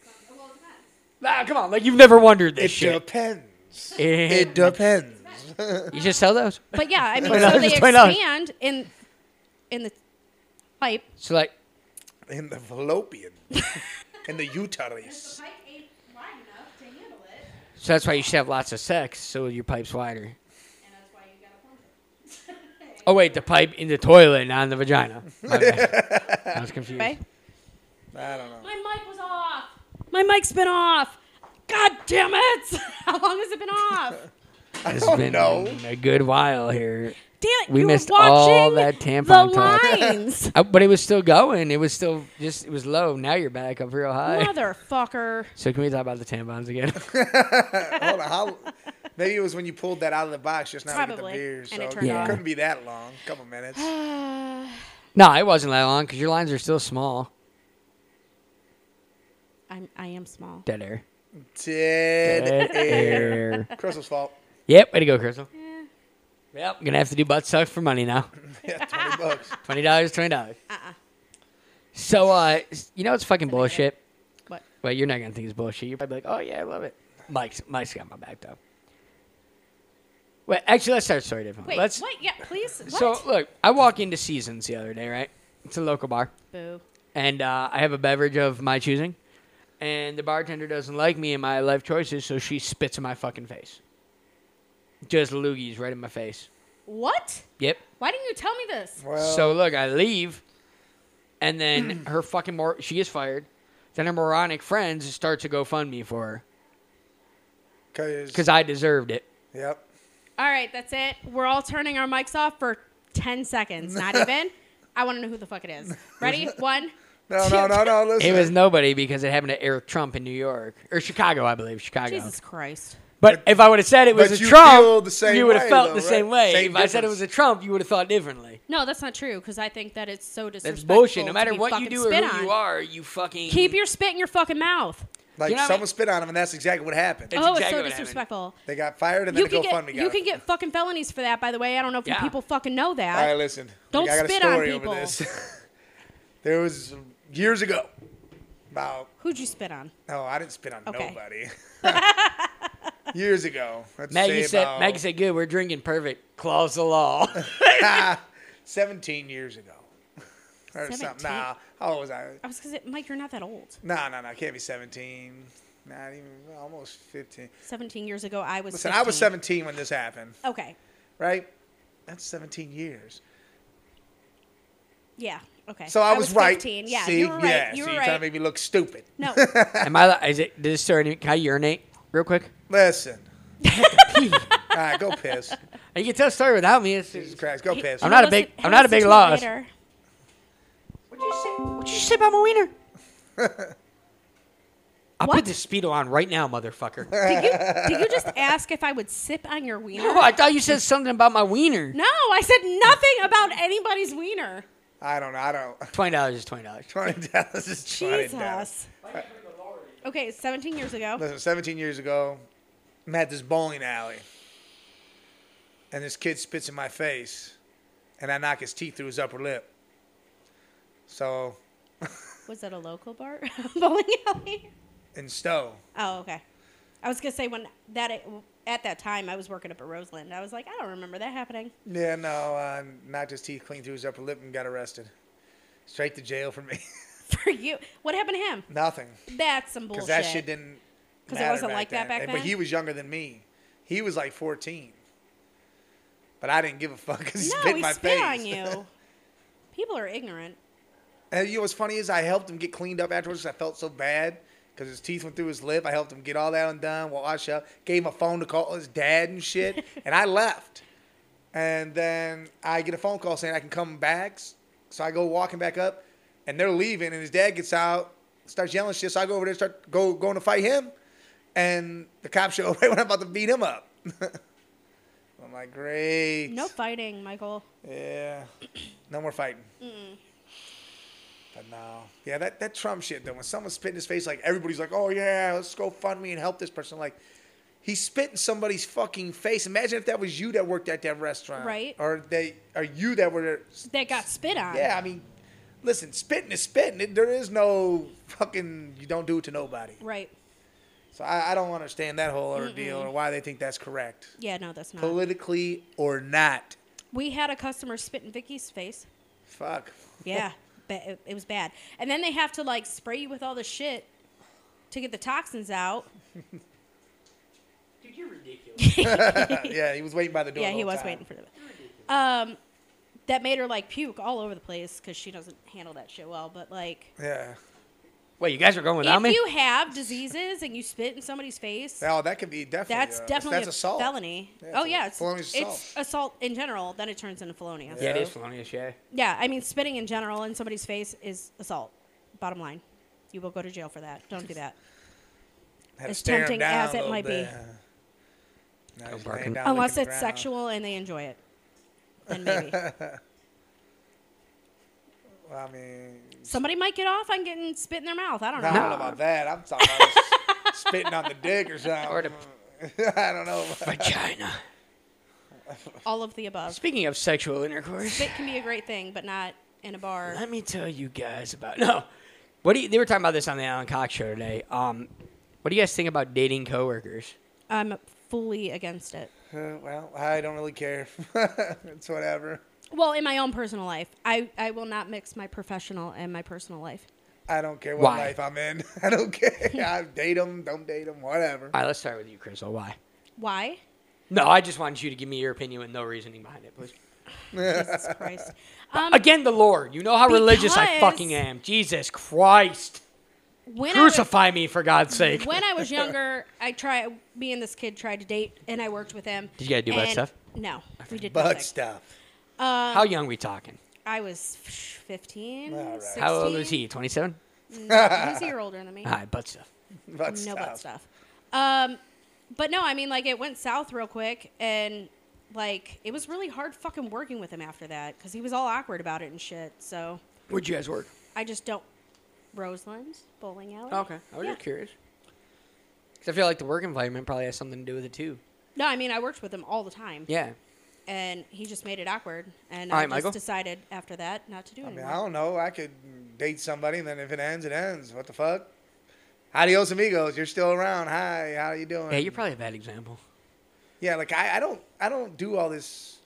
Yes. So- well, Nah, come on, like you've never wondered this It shit. depends. Eh, It depends. you just sell those. But yeah, I mean, Why so not? they Why not? expand in in the pipe. So like, In the fallopian. In the uterus. so that's why you should have lots of sex, so your pipe's wider. Oh wait, the pipe in the toilet, not in the vagina. My bad. I was confused. Okay. I don't know. My mic was off. My mic's been off. God damn it! How long has it been off? It's don't been know. a good while here. Damn it! We you missed were watching all that tampon the talk. lines, Uh, but it was still going. It was still just it was low. Now you're back up real high. motherfucker. So can we talk about the tampons again? Hold on. How, maybe it was when you pulled that out of the box just now to get Probably. the beer. So And it turned Yeah. off. couldn't be that long. couple minutes. Uh. no, it wasn't that long because your lines are still small. I'm, I am small. Dead air. Dead air. air. Crystal's fault. Yep, way to go, Crystal. Yep, gonna have to do butt sucks for money now. Yeah, 20 bucks. Twenty dollars, twenty dollars. Uh-uh. So, uh, s- you know it's fucking bullshit. What? Well, you're not gonna think it's bullshit. You're probably like, oh yeah, I love it. Mike's Mike's got my back though. Wait, actually, let's start a story different. Wait, Uh, let's. what? Yeah, please. What? So look, I walk into Seasons the other day, right? It's a local bar, Boo. and uh, I have a beverage of my choosing, and the bartender doesn't like me and my life choices, so she spits in my fucking face. Just loogies right in my face. What? Yep. Why didn't you tell me this? Well, So look, I leave, and then her fucking mor- she gets fired. Then her moronic friends start to GoFundMe for her because I deserved it. Yep. All right, that's it. We're all turning our mics off for 10 seconds. Not even. I want to know who the fuck it is. Ready? One. No, no, no, no. Listen. It was nobody because it happened to Eric Trump in New York or Chicago, I believe, Chicago. Jesus Christ. But if I would have said it was But a you feel Trump, the same you would have way, felt though, the right? same way. if Same I said it was a Trump, you would have thought differently. No, that's not true because I think that it's so disrespectful. That's bullshit. No to matter be what you fucking do or spit who on. you are, you fucking Keep your spit in your fucking mouth. like You know what I someone mean? spit on him, and that's exactly what happened. That's oh, exactly what it's so happened. disrespectful. They got fired, and then You the can GoFundMe get got you can it. get fucking felonies for that. By the way, I don't know if you Yeah. people fucking know that. All right, listen. Don't I got spit a on story people. over this. there was years ago. About Who'd you spit on? no, I didn't spit on Okay. nobody. years ago. Let's Maggie say said, about Maggie said, good, we're drinking perfect. Clause of law. seventeen years ago. Or something. 17? Nah, how old was I? I was because Mike, you're not that old. Nah, nah, nah. Can't be seventeen. Not even almost fifteen. Seventeen years ago, I was. Listen, I was 15. seventeen when this happened, Okay. right? That's seventeen years. Yeah. Okay. So I, was, right. 15. Yeah, See? you were right. Yeah, you see, were you're trying to right. make me look stupid. no. Am I? li- Is it? Did this story? Can I urinate real quick? Listen. All right, go piss. You can tell a story without me. It's, Jesus Christ, go piss. I'm not a big- I'm not a big Listen to it loss. later. What'd you say? What'd you say about my wiener? I'll What? put the speedo on right now, motherfucker. Did you did you just ask if I would sip on your wiener? oh, I thought you said something about my wiener. No, I said nothing about anybody's wiener. I don't know. I don't. Twenty dollars is twenty dollars. Twenty dollars is twenty dollars. Jesus. Okay, 17 years ago. Listen, seventeen years ago, I'm at this bowling alley, and this kid spits in my face, and I knock his teeth through his upper lip. So Was that a local bar? Bowling alley? in Stowe, Oh, okay. I was going to say when that at that time I was working up at Roseland. I was like, I don't remember that happening. yeah, no, uh, knocked his teeth clean through his upper lip and got arrested. Straight to jail for me. For you. What happened to him? Nothing. That's some bullshit. because that shit didn't. 'Cause it matter wasn't back like that then. back But then? he was younger than me. He was like 14. But I didn't give a fuck because he no, spit in he my spit face. on you. People are ignorant. And you know what's funny is I helped him get cleaned up afterwards. 'cause I felt so bad because his teeth went through his lip. I helped him get all that undone, wash up, gave him a phone to call his dad and shit, and I left. And then I get a phone call saying I can come back. s- So I go walking back up, and they're leaving, and his dad gets out, starts yelling shit. So I go over there, start go going to fight him, and the cops show up right when I'm about to beat him up. I'm like, great. No fighting, Michael. Yeah. Eh, No more fighting. But no. Yeah, that, that Trump shit, though, when someone's spit in his face, like, everybody's like, oh, yeah, let's go fund me and help this person. Like, he spit in somebody's fucking face. Imagine if that was you that worked at that restaurant. Right. Or they, or you that were, That got spit on. yeah, I mean, listen, spitting is spitting. There is no fucking, you don't do it to nobody. Right. So I, I don't understand that whole ordeal or why they think that's correct, Yeah, no, that's not. politically or not. we had a customer spit in Vicky's face. Fuck. Yeah, but it, it was bad. And then they have to like spray you with all the shit to get the toxins out. Dude, you're ridiculous. yeah, he was waiting by the door. yeah, the he whole was time. waiting for them. Um, that made her like puke all over the place because she doesn't handle that shit well. But like, Yeah. Wait, you guys are going without if me? you have diseases and you spit in somebody's face, Oh, that could be definitely. that's uh, definitely that's a assault. felony. Yeah, oh it's a- yeah, it's, felonious it's assault. assault in general. Then it turns into felonious. yeah, it Yeah. is felonious, yeah. Yeah, I mean, spitting in general in somebody's face is assault. Bottom line, you will go to jail for that. Don't do that. Had to As stare him tempting down a as it little might be. bit. Now he's laying barking. down Oh, Unless looking it's around. sexual and they enjoy it. Then maybe. Well, I mean, Somebody might get off on getting spit in their mouth. I don't I know. don't know about that. I'm talking about s- spitting on the dick or something. Or the I don't know. vagina. All of the above. Speaking of sexual intercourse, Spit can be a great thing, but not in a bar. let me tell you guys about no. What do you, they were talking about this on the Alan Cox show today? Um, what do you guys think about dating coworkers? I'm fully against it. Uh, well, I don't really care. it's whatever. Well, in my own personal life, I, I will not mix my professional and my personal life. I don't care what Why? life I'm in. I don't care. I date them, don't date them, whatever. All right, let's start with you, Crystal. Why? Why? No, I just wanted you to give me your opinion with no reasoning behind it, please. Jesus Christ. Um, Again, the Lord. You know how religious I Because- fucking am. Jesus Christ. when I was- Crucify me, for God's sake. when I was younger, I try. Me and this kid tried to date, and I worked with him. Did you guys do butt and- stuff? No, we did Butt nothing. stuff. how young we talking? I was f- 15, All right. 16. How old is he? 27? He's a year older than me. All right, butt stuff. Butt no stuff. butt stuff. Um, but no, I mean, like, it went south real quick, and, like, it was really hard fucking working with him after that because he was all awkward about it and shit. So Where'd you guys work? I just don't. Roseland bowling alley. Oh, Okay. I was Yeah. just curious. Because I feel like the work environment probably has something to do with it, too. No, I mean I worked with him all the time, Yeah. and he just made it awkward. And All I right, just Michael. decided after that not to do it I mean, anymore. I don't know. I could date somebody, and then if it ends, it ends. What the fuck? Adios, amigos. You're still around. Hi. How you doing? Yeah, you're probably a bad example. Yeah, like I, I don't I don't do all this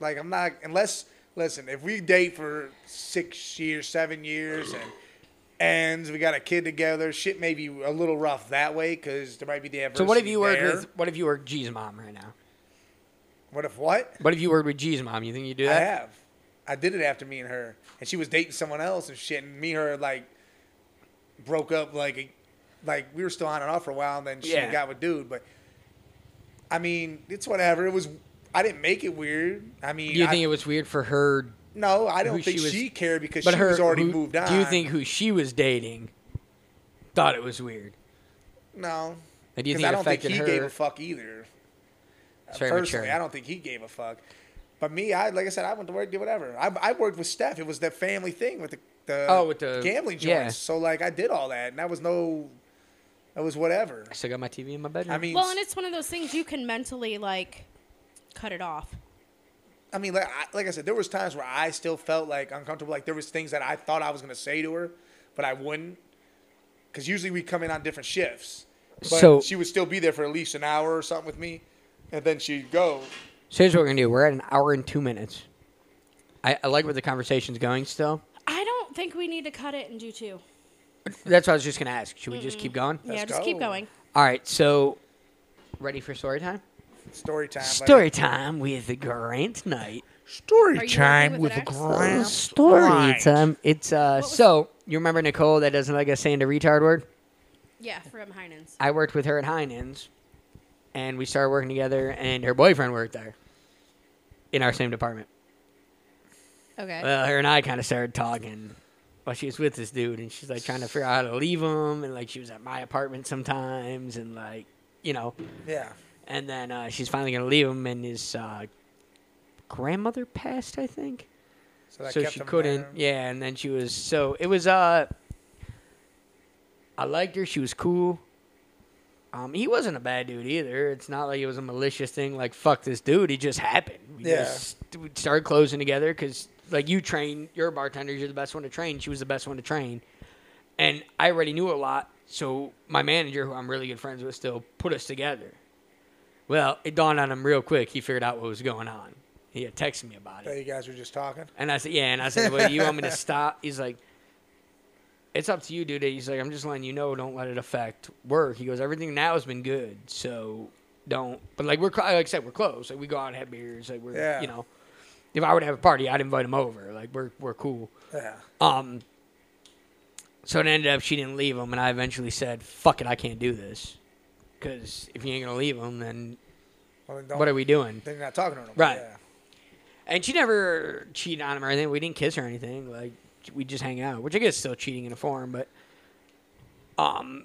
like I'm not unless listen, if we date for six years, seven years and ends, we got a kid together, shit may be a little rough that way because there might be the adversity. So what if you worked there. with what if you worked G's mom right now? What if what? What if you worked with G's mom? You think you do I that? have. I did it after me and her. And she was dating someone else and shit and me and her like broke up like a, like we were still on and off for a while and then she Yeah. got with dude, but I mean, it's whatever. It was I didn't make it weird. I mean, Do you I- think it was weird for her? No, I who don't think she she, was- cared because But she her was already who- moved on. Do you think who she was dating thought it was weird? No. And do you 'Cause think I it don't think affected he her? gave a fuck either. It's very Personally, mature. I don't think he gave a fuck. But me, I like I said, I went to work, did whatever. I, I worked with Steph. It was that family thing with the, the Oh, with the- gambling joints. yeah. So like I did all that, and that was no, that was whatever. I still got my TV in my bedroom. I mean, Well, and it's one of those things you can mentally like cut it off. I mean, like I, like I said, there was times where I still felt like uncomfortable. Like there was things that I thought I was gonna say to her, but I wouldn't, because usually we come in on different shifts. But So- she would still be there for at least an hour or something with me, and then she'd go. so here's what we're gonna do. We're at an hour and two minutes. I, I like where the conversation's going still. I don't think we need to cut it and do two. That's what I was just gonna ask. Should we just keep going? yeah, Let's just keep go. going. All right. So, ready for story time? Story time. buddy. Story time with the Grant Knight. Story Are you time working with with a an Oh, accent? grand Story Right. time. It's uh. was- So you remember Nicole that doesn't like us saying the retard word? Yeah, from Heinens. I worked with her at Heinens, and we started working together, and her boyfriend worked there in our same department. Okay. Well, her and I kind of started talking while she was with this dude, and she's like trying to figure out how to leave him, and like she was at my apartment sometimes, and like you know, Yeah. and then uh, she's finally gonna leave him, and his uh, grandmother passed, I think, So, that so kept she him couldn't. there. Yeah, and then she was so it was uh, I liked her. She was cool. Um, he wasn't a bad dude either. It's not like it was a malicious thing. Like fuck this dude. It just happened. We Yeah. just we started closing together because like you train your bartenders. You're the best one to train. She was the best one to train, And I already knew a lot, so my manager, who I'm really good friends with still, put us together. Well, it dawned on him real quick. He figured out what was going on. He had texted me about That it. you guys were just talking. And I said, Yeah. And I said, Well, you want me to stop? He's like, It's up to you, dude. He's like, I'm just letting you know, don't let it affect work. He goes, Everything now has been good. So don't. But like, we're, cl- like I said, we're close. Like, we go out and have beers. Like, we're, Yeah. you know, if I were to have a party, I'd invite him over. Like, we're, we're cool. Yeah. Um, so it ended up she didn't leave him, and I eventually said, "Fuck it, I can't do this," because if you ain't gonna leave him, then Well, then don't, what are we doing? Then you're not talking to them. Right. Yeah. And she never cheated on him or anything. We didn't kiss or anything. Like we just hang out, which I guess is still cheating in a form, but um,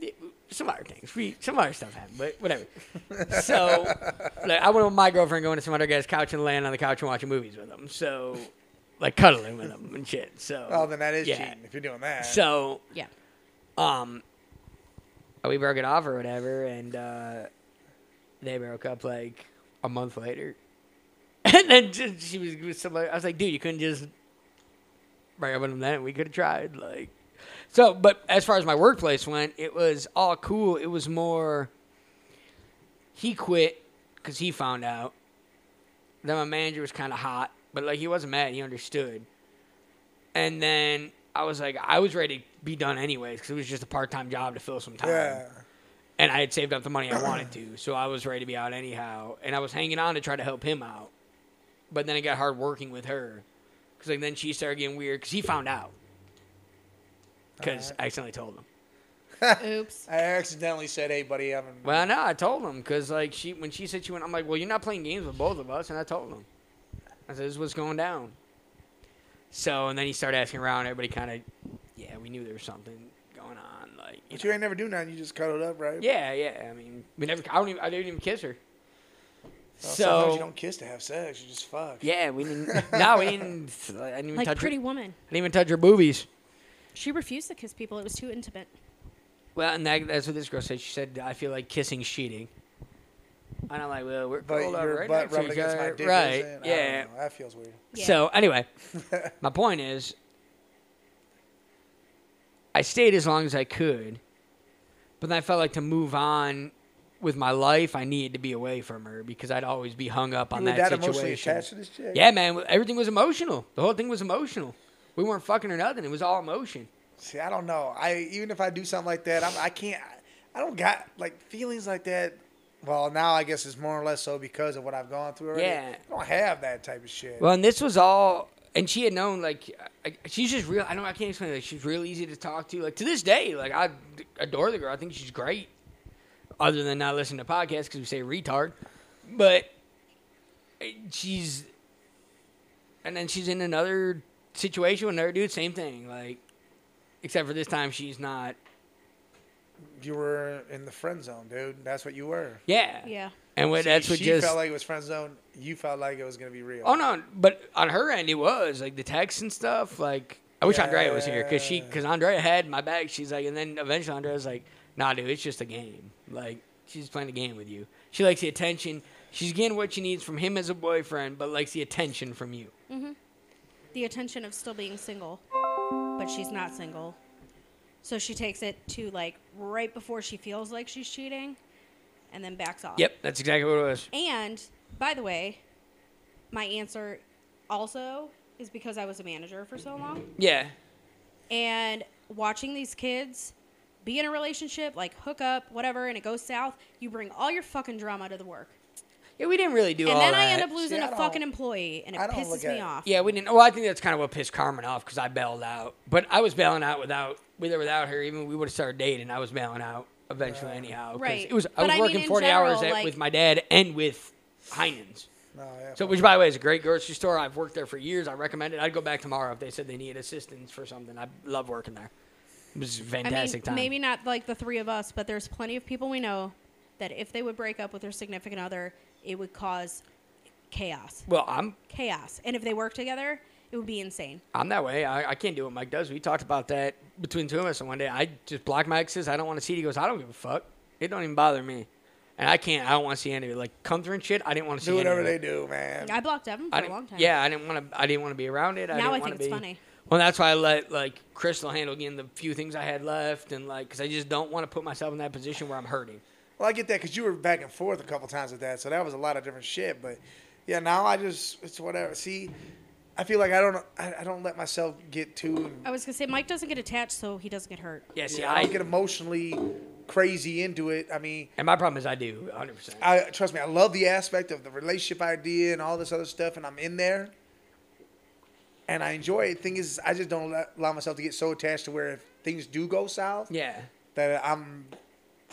it- some other things. We some other stuff happened, but whatever. so like, I went with my girlfriend going to some other guy's couch and laying on the couch and watching movies with him. So like cuddling with him and shit. So Oh, then that is yeah. cheating if you're doing that. So Yeah. um, we broke it off or whatever, and uh, they broke up like a month later. And then just, she was with somebody. I was like, dude, you couldn't just break up with him then. We could have tried, like. So, but as far as my workplace went, it was all cool. It was more. He quit because he found out. Then my manager was kind of hot, but like he wasn't mad. He understood. And then I was like, I was ready to be done anyways because it was just a part time job to fill some time yeah. and I had saved up the money I wanted to, so I was ready to be out anyhow. And I was hanging on to try to help him out, but then it got hard working with her, because like then she started getting weird because he found out, because I accidentally told him. Oops. I accidentally said, "Hey, buddy, I'm." in-" Well, no, I told him because like she when she said she went, I'm like, well, you're not playing games with both of us, and I told him. I said, this is what's going down. So and then he started asking around. Everybody kind of, yeah, we knew there was something going on. Like, you but you ain't never do nothing. You just cuddled up, right? yeah, yeah. I mean, we never. I don't even. I didn't even kiss her. Well, so sometimes you don't kiss to have sex. You just fuck. Yeah, we didn't. no, we didn't. I didn't even Like touch. Pretty her, Woman. I didn't even touch her boobies. She refused to kiss people. It was too intimate. Well, and that, that's what this girl said. She said, "I feel like kissing's cheating." And I'm like, "Well, we're But curled up your right butt next to rubbing each against my other, dick. right? isn't it? I Yeah." don't know. That feels weird. Yeah. So anyway, my point is, I stayed as long as I could, but then I felt like to move on with my life, I needed to be away from her because I'd always be hung up on You were that that emotionally situation. attached to this chick? Yeah, man, everything was emotional. The whole thing was emotional. We weren't fucking or nothing. It was all emotion. See, I don't know. I even if I do something like that, I'm, I can't. I don't got like feelings like that. Well, now I guess it's more or less so because of what I've gone through. Already. Yeah. I don't have that type of shit. Well, and this was all, and she had known like I, she's just real. I don't, I can't explain it. Like, she's real easy to talk to. Like to this day, like I adore the girl. I think she's great. Other than not listening to podcasts because we say retard, but eh, she's, and then she's in another situation with another dude. Same thing, like except for this time she's not. you were in the friend zone, dude. That's what you were. Yeah. Yeah. And what, See, that's what she just felt like it was friend zone. You felt like it was gonna be real. Oh no, but on her end it was like the text and stuff. Like I wish Andrea was here because she Yeah. because Andrea had my back. She's like, and then eventually Andrea was like, "Nah, dude, it's just a game. Like she's playing a game with you. She likes the attention. She's getting what she needs from him as a boyfriend, but likes the attention from you. The attention of still being single, but she's not single. So she takes it to like right before she feels like she's cheating and then backs off. Yep, that's exactly what it was. And by the way, my answer also is because I was a manager for so long. Yeah, and watching these kids be in a relationship, like hook up, whatever, and it goes south, you bring all your fucking drama to the work. yeah, we didn't really do And all then that. I end up losing See, I a don't- fucking employee, and it I don't look pisses at me it. off. Yeah, we didn't. Well, I think that's kind of what pissed Carmen off because I bailed out. But I was bailing out without with or without her. Even we would have started dating. I was bailing out eventually anyhow. 'cause Right. It was. I But was I mean, working in forty hours general, at, like- with my dad and with Heinens. No, yeah, So, fuck. which by the way is a great grocery store. I've worked there for years. I recommend it. I'd go back tomorrow if they said they needed assistance for something. I love working there. It was a I mean, fantastic time. maybe not like the three of us, but there's plenty of people we know that if they would break up with their significant other, it would cause chaos. Well, I'm Chaos. And if they work together, it would be insane. I'm that way. I, I can't do what Mike does. We talked about that between two of us. And one day I just block my exes. I don't want to see it. He goes, I don't give a fuck. It don't even bother me. And I can't. I don't want to see any of it. Like Cumther and shit. I didn't want to see do whatever any they of it. do, man. I blocked Evan for I a didn't- long time. Yeah, I didn't want to. I didn't want to be around it. I Now didn't I wanna think it's be- funny. Well, that's why I let like Crystal handle again the few things I had left, and like because I just don't want to put myself in that position where I'm hurting. Well, I get that because you were back and forth a couple times with that, so that was a lot of different shit. But yeah, now I just it's whatever. See, I feel like I don't I, I don't let myself get too I was gonna say Mike doesn't get attached, so he doesn't get hurt. Yeah, see, I I don't get emotionally crazy into it. I mean, and my problem is I do 100. percent I trust me, I love the aspect of the relationship idea and all this other stuff, and I'm in there, and I enjoy it. Thing is, I just don't let- allow myself to get so attached to where if things do go south, Yeah, that I'm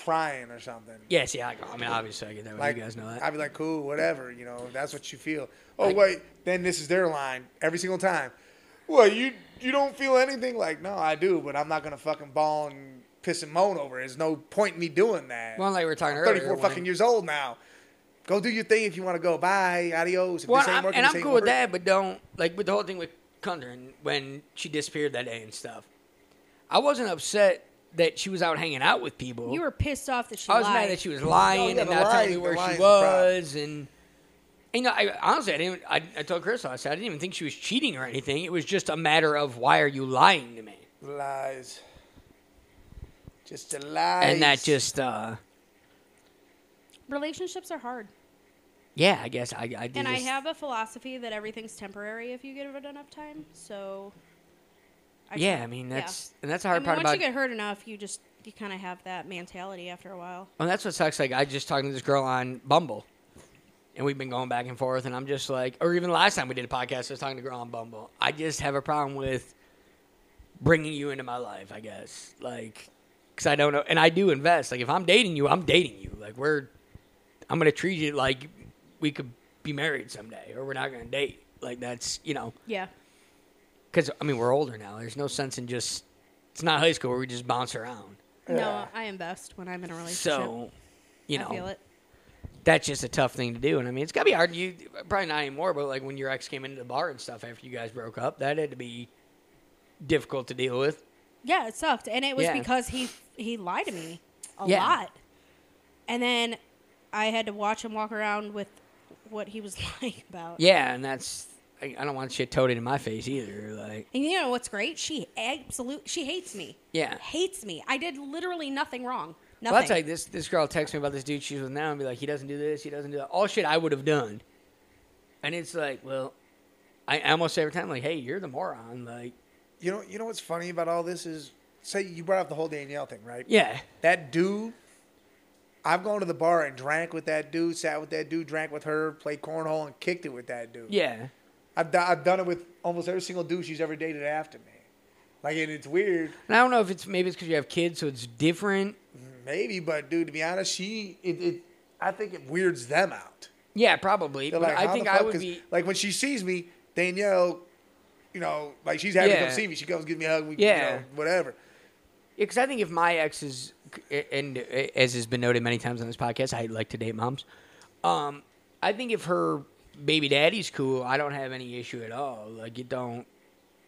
crying or something. yeah. See, I, I mean, obviously I get that. Like you guys know that. I'd be like, cool, whatever, you know, if that's what you feel. Oh wait, then this is their line every single time. Well, you you don't feel anything like no, I do, but I'm not gonna fucking ball and piss and moan over it. There's no point in me doing that. well, like we were talking I'm earlier, 34 when- fucking years old now. Go do your thing if you want to go. Bye, adios. If Well, this ain't I'm, working, and this I'm ain't cool with working. that, but don't like with the whole thing with Kundran when she disappeared that day and stuff. I wasn't upset that she was out hanging out with people. You were pissed off that she I was lied. mad that she was lying yeah, and the not telling lying- me where the lying's she the problem. was, and and, you know, I, honestly, I didn't. I, I told Crystal, I said I didn't even think she was cheating or anything. It was just a matter of why are you lying to me, Lies. Just the lies. and that just uh, Relationships are hard, yeah, I guess I, I did. and I just- have a philosophy that everything's temporary if you give it enough time. So, I yeah, try- I mean yeah. that's and that's the I hard mean, part once about you get hurt enough, you just you kind of have that mentality after a while. Well, that's what sucks. Like I just talking to this girl on Bumble, and we've been going back and forth, and I'm just like, or even last time we did a podcast, I was talking to a girl on Bumble. I just have a problem with bringing you into my life, I guess, like, because I don't know, and I do invest. Like if I'm dating you, I'm dating you. Like we're, I'm gonna treat you like we could be married someday, or we're not gonna date. Like that's you know, Yeah, because I mean we're older now. There's no sense in just. It's not high school where we just bounce around. no, I invest when I'm in a relationship. So, you know, I feel it. that's just a tough thing to do. And I mean, it's gotta be hard. You probably not anymore, but like when your ex came into the bar and stuff after you guys broke up, that had to be difficult to deal with. Yeah, it sucked, and it was Yeah. because he he lied to me a Yeah. lot, and then I had to watch him walk around with what he was lying about. Yeah, and that's I, I don't want shit toted in my face either. Like, And you know what's great? She absolute she hates me. Yeah. hates me. I did literally nothing wrong. well, Nothing. that's like this. This girl texts me about this dude she's with now and be like, he doesn't do this, he doesn't do that. All shit I would have done. And it's like, well, I I almost every time like, hey, you're the moron. Like, You know, you know what's funny about all this is, say you brought up the whole Danielle thing, right? yeah, That dude, I've gone to the bar and drank with that dude, sat with that dude, drank with her, played cornhole, and kicked it with that dude. yeah. I've, do- I've done it with almost every single dude she's ever dated after me. Like, and it's weird, And I don't know if it's maybe it's because you have kids, so it's different. maybe, but dude, to be honest, she, it, it I think it weirds them out. Yeah, probably. They're but like, I how think the fuck? I would 'Cause, be. like when she sees me, Danielle, you know, like she's happy to Yeah. come see me. She comes give me a hug. We, Yeah. you know, whatever. because I think if my ex is, and uh, as has been noted many times on this podcast, I like to date moms. Um, I think if her baby daddy's cool, I don't have any issue at all. Like it don't,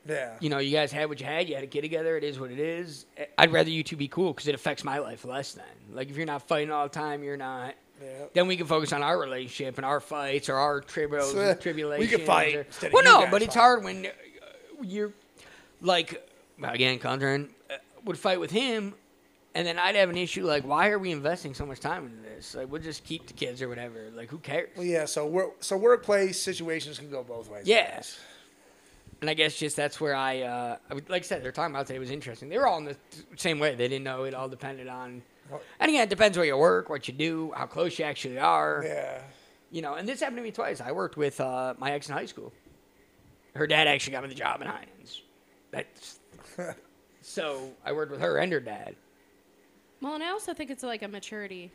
Yeah. you know, you guys had what you had. You had a kid together. It is what it is. I'd rather you two be cool because it affects my life less. Then, like if you're not fighting all the time, you're not. Yeah. Then we can focus on our relationship and our fights or our tribos So, and we tribulations. can fight or- instead of well, you no, guys but it's fighting. hard when uh, you're like again, Condren uh, would fight with him, and then I'd have an issue like, why are we investing so much time into this? Like, we'll just keep the kids or whatever. Like, who cares? Well, yeah. So work, so workplace situations can go both ways. Yeah. And I guess just that's where I, uh, I would- like I said, they're talking about today was interesting. They were all in the th- same way. They didn't know it all depended on. And again, it depends where you work, what you do, how close you actually are. Yeah. You know, and this happened to me twice. I worked with uh, my ex in high school. Her dad actually got me the job in Heinens. That's so I worked with her and her dad. well, and I also think it's like a maturity.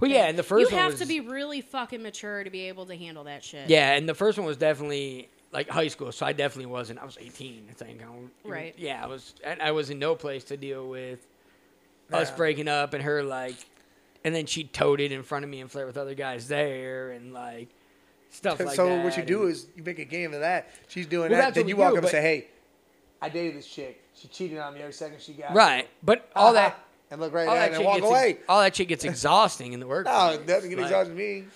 Well, yeah, and the first you one have was, to be really fucking mature to be able to handle that shit. Yeah, and the first one was definitely like high school, so I definitely wasn't. I was 18, I think. I don't- Right. Yeah, I was. And I was in no place to deal with us breaking up and her like, and then she toted in front of me and flirt with other guys there and like stuff like so that. what you do and- is you make a game of that. She's doing Well, that. that's Then what you we walk do, up and say, but- "Hey, I dated this chick. She cheated on me every second she got." right, but all that. Uh-huh. And look right All at that, it shit and walk gets away. all that shit gets exhausting in the workplace. no, it doesn't get Like, exhausted me.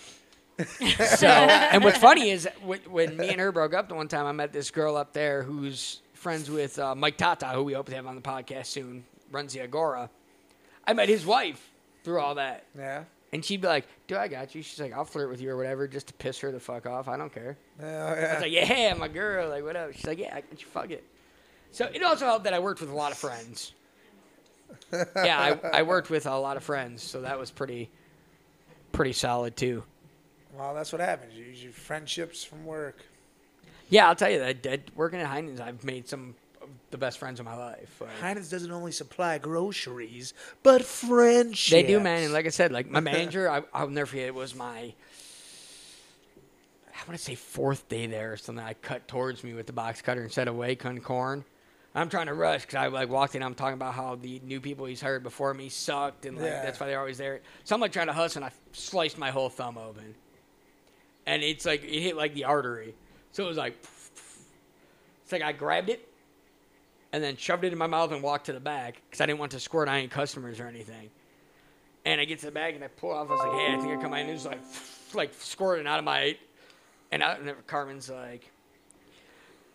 So, and what's funny is when, when me and her broke up the one time, I met this girl up there whose friends with uh, Mike Tata, who we hope to have on the podcast soon, runs the Agora. I met his wife through all that. Yeah. And she'd be like, dude, I got you. She's like, I'll flirt with you or whatever just to piss her the fuck off. I don't care. Oh, I yeah. was like, yeah, my girl. Like, whatever. She's like, yeah, I can fuck it. So it also helped that I worked with a lot of friends. yeah, I, I worked with a lot of friends. So that was pretty, pretty solid too. well, that's what happens. You use your friendships from work. Yeah, I'll tell you that. that working at Heinen's, I've made some of the best friends of my life. Like, Heinz doesn't only supply groceries, but friendships. They do, man. And like I said, like my manager, I, I'll never forget. It was my, I want to say fourth day there or something. I cut towards me with the box cutter and said away cutting corn. I'm trying to rush because I like walked in. I'm talking about how the new people he's hired before me sucked, and like Yeah. that's why they're always there. So I'm like trying to hustle, and I sliced my whole thumb open, and it's like it hit like the artery. So it was like, it's like I grabbed it, and then shoved it in my mouth and walked to the back because I didn't want to squirt on any customers or anything. And I get to the bag and I pull off. I was like, "Hey, I think I come out." And it was like, like squirting out of my. And, I, and Carmen's like,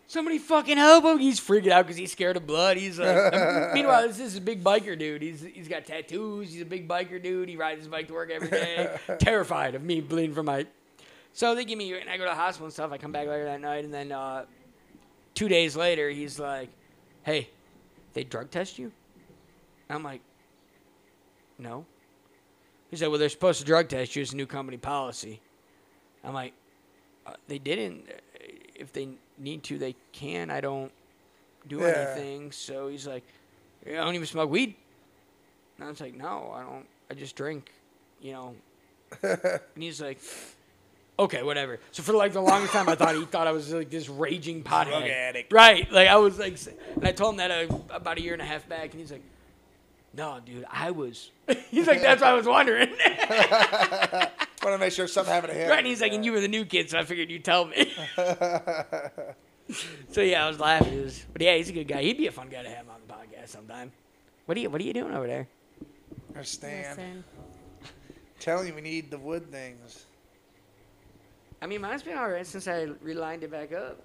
"Somebody fucking hobo!" He's freaking out because he's scared of blood. He's like, meanwhile, this, this is a big biker dude. He's he's got tattoos. He's a big biker dude. He rides his bike to work every day. terrified of me bleeding from my. So they give me and I go to the hospital and stuff. I come back later that night and then uh, two days later he's like, "Hey, they drug test you?" And I'm like, "No." He said, "Well, they're supposed to drug test you. It's a new company policy." I'm like, uh, "They didn't. If they need to, they can. I don't do Yeah. anything." So he's like, "Yeah, "I don't even smoke weed." And I was like, "No, I don't. I just drink, you know." and he's like, "Okay, whatever." So for like the longest time, I thought he thought I was like this raging pothead, addict. right? Like I was like, s- and I told him that uh, about a year and a half back, and he's like. No, dude, I was. He's like, that's what I was wondering. right? Want to make sure something happened to him. And he's like, and you were the new kid, so I figured you'd tell me. so yeah, I was laughing. It was- but yeah, he's a good guy. He'd be a fun guy to have on the podcast sometime. What are you What are you doing over there? Understand? Listen. Telling you, we need the wood things. I mean, mine's been alright since I relined it back up.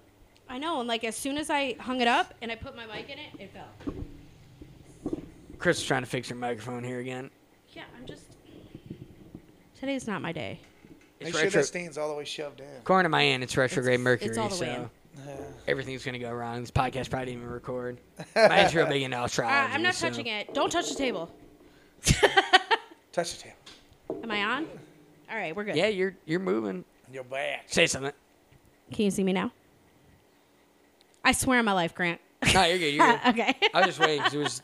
I know, and like as soon as I hung it up and I put my mic in it, it fell. Chris is trying to fix her microphone here again. Yeah, I'm just. Today's not my day. It's Make sure retro. that stand's all the way shoved in. According to my aunt, it's retrograde Mercury, it's all the way so in. everything's gonna go wrong. This podcast probably didn't even record. My aunt's real big into astrology. Uh, I'm not so- touching it. Don't touch the table. Touch the table. Am I on? All right, we're good. Yeah, you're you're moving. You're back. Say something. Can you see me now? I swear on my life, Grant. No, you're good. You're good. okay. I was just waiting 'cause it was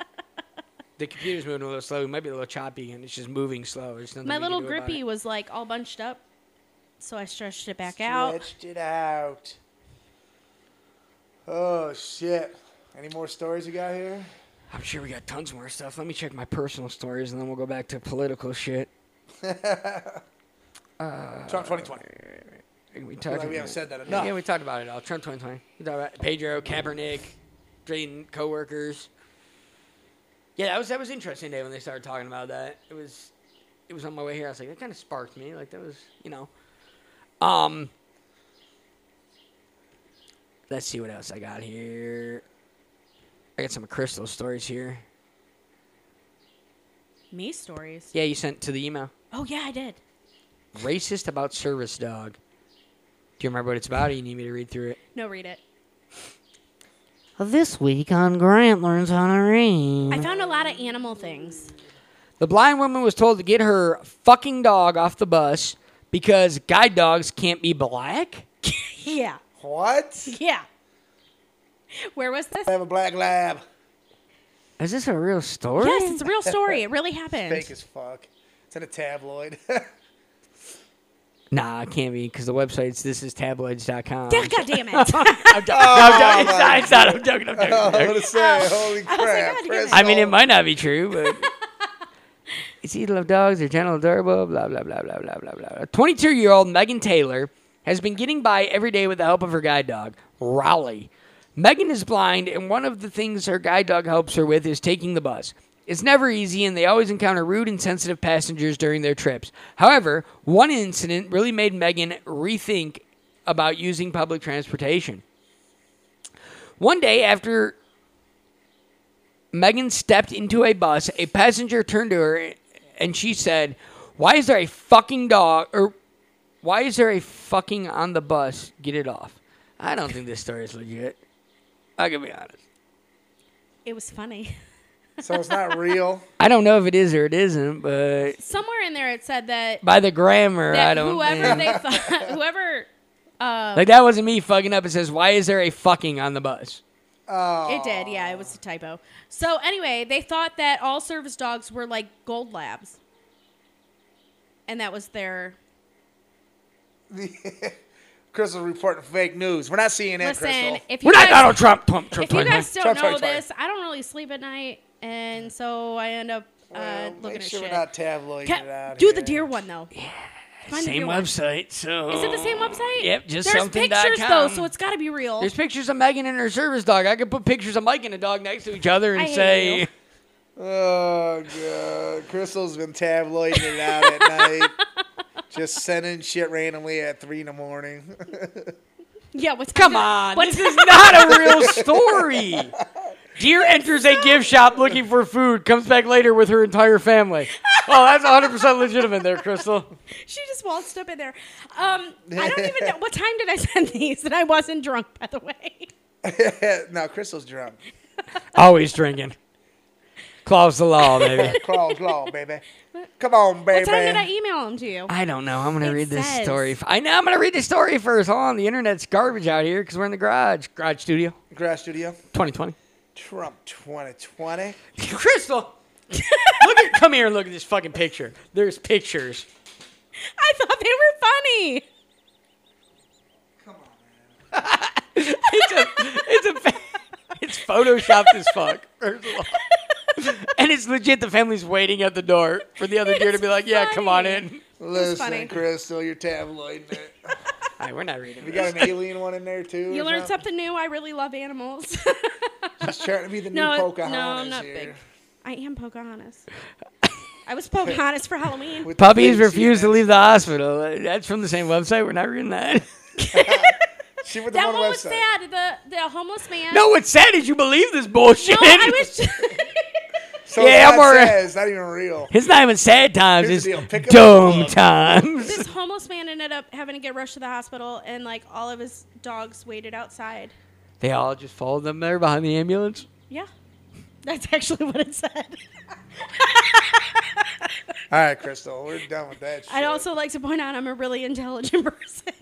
the computer's moving a little slow. It might be a little choppy, and it's just moving slow. There's nothing my we can little do about grippy it. was like all bunched up, so I stretched it back out. Stretched it out. Oh shit! Any more stories you got here? I'm sure we got tons more stuff. Let me check my personal stories, and then we'll go back to political shit. Trump 2020. We Like talked. we haven't about- said that enough. Mm-hmm. Yeah, we talked about it all. Trump 2020. We talked about Pedro, Kaepernick, Drayden, coworkers. Yeah, that was that was interesting day when they started talking about that. It was, it was on my way here. I was like, that kind of sparked me. Like that was, you know, um. Let's see what else I got here. I got some crystal stories here. Me stories. Yeah, you sent to the email. Oh yeah, I did. Racist about service dog. Do you remember what it's about? Or you need me to read through it? No, read it. This week on Grant Learns How to Read. Mm. I found a lot of animal things. The blind woman was told to get her fucking dog off the bus because guide dogs can't be black. Yeah. What? Yeah. Where was this? I have a black lab. Is this a real story? Yes, it's a real story. It really happened. Fake as fuck. It's in a tabloid. Nah, it can't be because the website's this is tabloids.com. Yeah, God damn it. I I'm, joking, I'm, joking, it's not, it's not, I'm joking. I'm joking. I'm I'm joking. gonna Oh, say, holy crap! God damn it. Fresno. I mean, it might not be true, but. It's either of dogs or general adorable, blah, blah, blah, blah, blah, blah, blah. 22 year old Megan Taylor has been getting by every day with the help of her guide dog, Rowley. Megan is blind, and one of the things her guide dog helps her with is taking the bus. It's never easy, and they always encounter rude and sensitive passengers during their trips. However, one incident really made Megan rethink about using public transportation. One day after Megan stepped into a bus, a passenger turned to her and she said, Why is there a fucking dog or why is there a fucking on the bus? Get it off. I don't think this story is legit. I can be honest. It was funny. So it's not real. I don't know if it is or it isn't, but Somewhere in there, it said that, by the grammar, I that don't. whoever think- they thought, whoever like that wasn't me fucking up. It says, "Why is there a fucking on the bus?" It did, yeah. It was a typo. So anyway, they thought that all service dogs were like gold labs, and that was their Crystal reporting fake news. We're not seeing it, listen. Crystal. If you We're not guys, Donald Trump. Trump, Trump if you guys don't Trump, know sorry, sorry. this, I don't really sleep at night, and so I end up uh, Well, looking make at sure shit. we're not tabloiding Ca- it out do here. the deer one though. Find the same deer one. website. So Is it the same website? Yep, just There's something dot pictures though, com. so it's got to be real. There's pictures of Megan and her service dog. I could put pictures of Mike and a dog next to each other and I hate say, you. Oh god, Crystal's been tabloiding it out at night, just sending shit randomly at three in the morning. yeah, what's "Come on, What's this is not a real story." Deer enters a gift shop looking for food. Comes back later with her entire family. Oh, that's 100 percent legitimate, there, Crystal. She just waltzed up in there. Um, I don't even know what time did I send these, and I wasn't drunk, by the way. no, Crystal's drunk. Always drinking. Clause the law, baby. Crawl, crawl, baby. Come on, baby. What time did I email them to you? I don't know. I'm gonna It read this says- story. f- I know. I'm gonna read this story first. Hold on. The internet's garbage out here because we're in the garage, garage studio, Grass Studio. 2020. Trump 2020. Crystal, look at, come here and look at this fucking picture. There's pictures. I thought they were funny. It's a, it's a, fa- it's photoshopped as fuck. First of all. And it's legit. The family's waiting at the door for the other deer to be like, "Yeah, come on funny. in." Listen, funny. Crystal, you're tabloiding it. All right, we're not reading. You this. got an alien one in there too. You or learned something? something new. I really love animals. She's trying to be the new no, no, Pocahontas I'm not here. big. I am Pocahontas. I was Pocahontas for Halloween. With the Puppies big refuse to CNN. leave the hospital. Uh, That's from the same website. We're not reading that. She with the That one one was website. sad. The the homeless man. No, what's sad is you believe this bullshit. no, I was. Just, So Yeah, yeah, I'm alright. It's not even real. It's not even sad times. Here's the it's deal. Pick up the dumb book. times. this homeless man ended up having to get rushed to the hospital, and like all of his dogs waited outside. They all just followed them there behind the ambulance. Yeah, that's actually what it said. All right, Crystal, we're done with that. Shit. I'd also like to point out I'm a really intelligent person.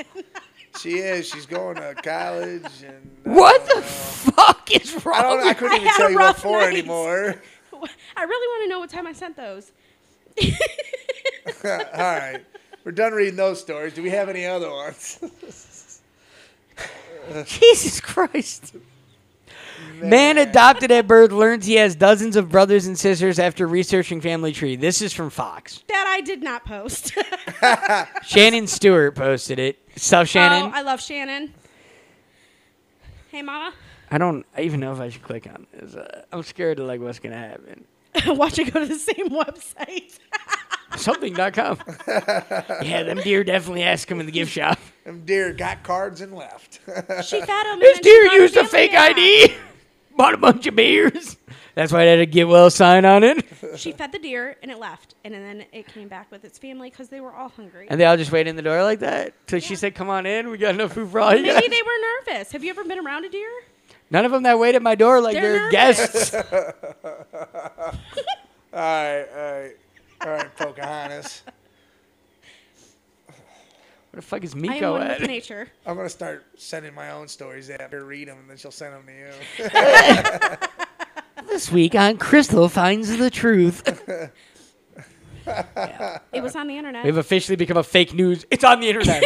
She is. She's going to college and uh, What the fuck is wrong? I don't. know. I I couldn't even had tell a you what rough for night. anymore. I really want to know what time I sent those. All right, we're done reading those stories. Do we have any other ones? Jesus Christ. Man adopted at birth learns he has dozens of brothers and sisters after researching family tree. This is from Fox. That I did not post. Oh, Shannon Stewart posted it. Stuff Shannon. Oh, I love Shannon. Hey, mama. I don't even know if I should click on this. Uh, I'm scared of like what's gonna happen. Watch it go to the same website. Something.com. yeah, them deer definitely asked him in the gift shop. Them deer got cards and left. she fed him. and This then she deer brought used a family fake back. ID. Bought a bunch of beers. That's why it had a get well sign on it. She fed the deer and it left, and then it came back with its family because they were all hungry. And they all just waited in the door like that. So she said, "Come on in. We got enough food for all you Maybe guys." they were nervous. Have you ever been around a deer? None of them that wait at my door like They're they're, guests. all right, all right, all right, Pocahontas. Where the fuck is I am Miko one with at? nature. I'm gonna start sending my own stories after read them, and then she'll send them to you. This week on Crystal finds the truth. It was on the internet. We've officially become a fake news. It's on the internet.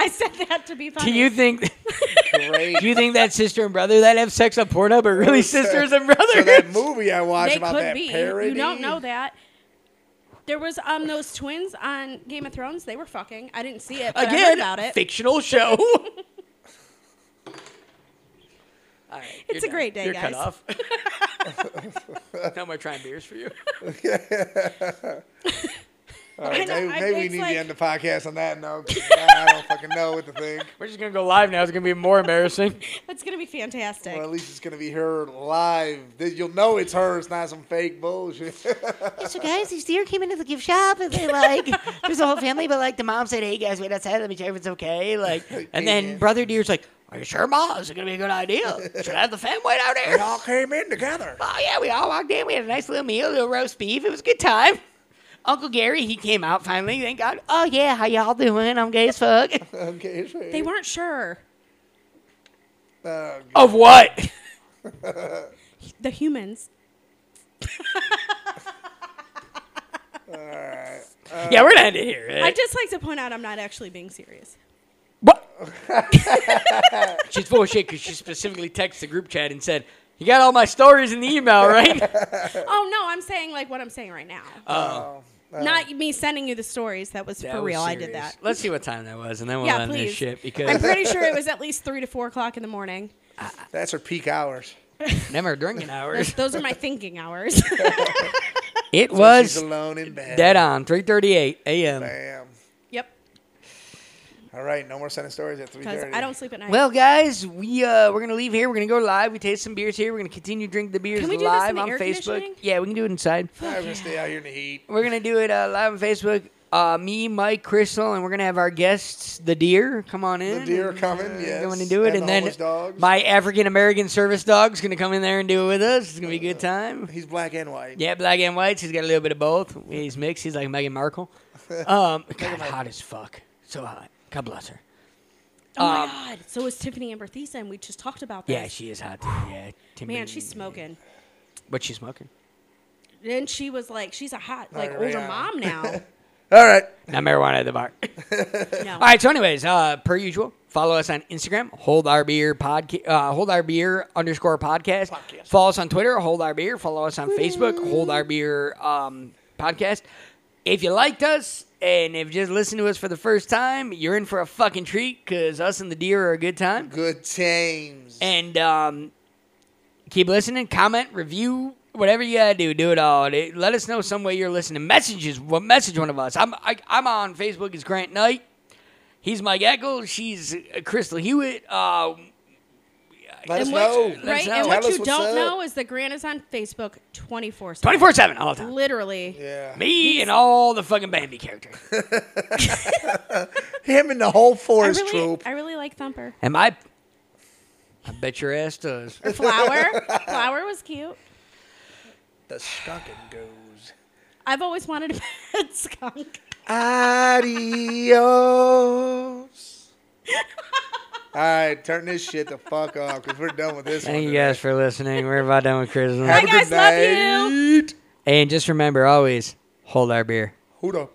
I said that to be funny. do you think? Great. Do you think that sister and brother that have sex on Pornhub are really sisters and brothers? So that movie I watched they about could that be. parody. You don't know that. There was um those twins on Game of Thrones. They were fucking. I didn't see it. But I heard Again, about it. fictional show. All right, you're It's a done. great day, You're guys. cut off. no more trying beers for you. All right, I know, maybe I- maybe we it's need like- to end the podcast on that note. 'cause now I don't fucking know what to think. We're just gonna go live now. It's gonna be more embarrassing. That's gonna be fantastic. Well, at least it's gonna be her live. Th- You'll know it's her. It's not some fake bullshit. Hey, so guys, these deer came into the gift shop and they like there's a whole family, but like the mom said, "Hey guys, wait outside, let me check if it's okay." Like, And then brother deer's like, "Are you sure, Ma? Is it gonna be a good idea? Should I have the fam wait out they there?" all came in together. Oh yeah, we all walked in. We had a nice little meal, little roast beef. It was a good time. Uncle Gary, he came out finally. Thank God. oh yeah, how y'all doing? I'm gay as fuck. Okay, it's they right. weren't sure. Uh, Of what? The humans. yeah, we're gonna end it here. eh? I just like to point out I'm not actually being serious. What? she's full of shit because she specifically texted the group chat and said, "You got all my stories in the email, right?" Uh, Oh no, I'm saying like what I'm saying right now. Oh, not me sending you the stories. That was Uh, That for was real. I did serious. that. Let's see what time that was, and then we'll Yeah, end this please. shit I'm because pretty sure it was at least three to four o'clock in the morning. that's her peak hours. them are drinking hours. Those are my thinking hours. It When she's was alone in bed. dead on 3:38 a.m. Damn. yep. All right, no more sending stories at three Because thirty. I don't sleep at night. Well, guys, we uh, we're gonna leave here. We're gonna go live. We taste some beers here. We're gonna continue to drink the beers Can we do this live in the on air Facebook. conditioning? Yeah, we can do it inside. I'm gonna stay out here in the heat. We're gonna do it uh, live on Facebook. Uh, me, Mike, Crystal, and we're gonna have our guests, the deer, come on in. The deer are and, coming, uh, yes, going to do it, and and, the homeless then dogs. my African American service dog's gonna come in there and do it with us. It's gonna be a good time. He's black and white. Yeah, black and whites. He's got a little bit of both. He's mixed. He's like Meghan Markle. Um, God, hot as fuck. So hot. God bless her. oh my god. So is Tiffany Amber Thiessen. and we just talked about that. Um, Yeah, she is hot. Too. Yeah. Timmy- Man, she's smoking. What's she smoking? Then she was like, she's a hot, like Alright, older Oh, yeah. mom now. All right. Not marijuana at the bar. No. All right. So, anyways, uh, per usual, follow us on Instagram. Hold our beer podcast. Uh, hold our beer underscore podcast. Follow us on Twitter. Hold our beer. Follow us on Facebook. Hold our beer um, podcast. If you liked us and if you just listened to us for the first time, you're in for a fucking treat because us and the deer are a good time. Good times. And um, keep listening, comment, review, whatever you gotta do, do it all. Dude. Let us know some way you're listening. Messages, what message one of us? I'm I, I'm on Facebook. It's Grant Knight. He's Mike Eccles. She's uh, Crystal Hewitt. Uh, Let us And what- know. Right? know. And Tell what us you what's don't up. know is that Grant is on Facebook 24 7. 24 seven all the time. Literally. Yeah. Me and all the fucking Bambi characters. Him and the whole I forest really, troop. I really like Thumper. Am I? I bet your ass does. Flower. Flower was cute. The skunkin' goes. I've always wanted a pet skunk. Adios. All right, turn this shit the fuck off because we're done with this Thank one. you guys for listening. We're about done with Christmas. Bye, guys. Love you. night. And just remember always hold our beer. Who the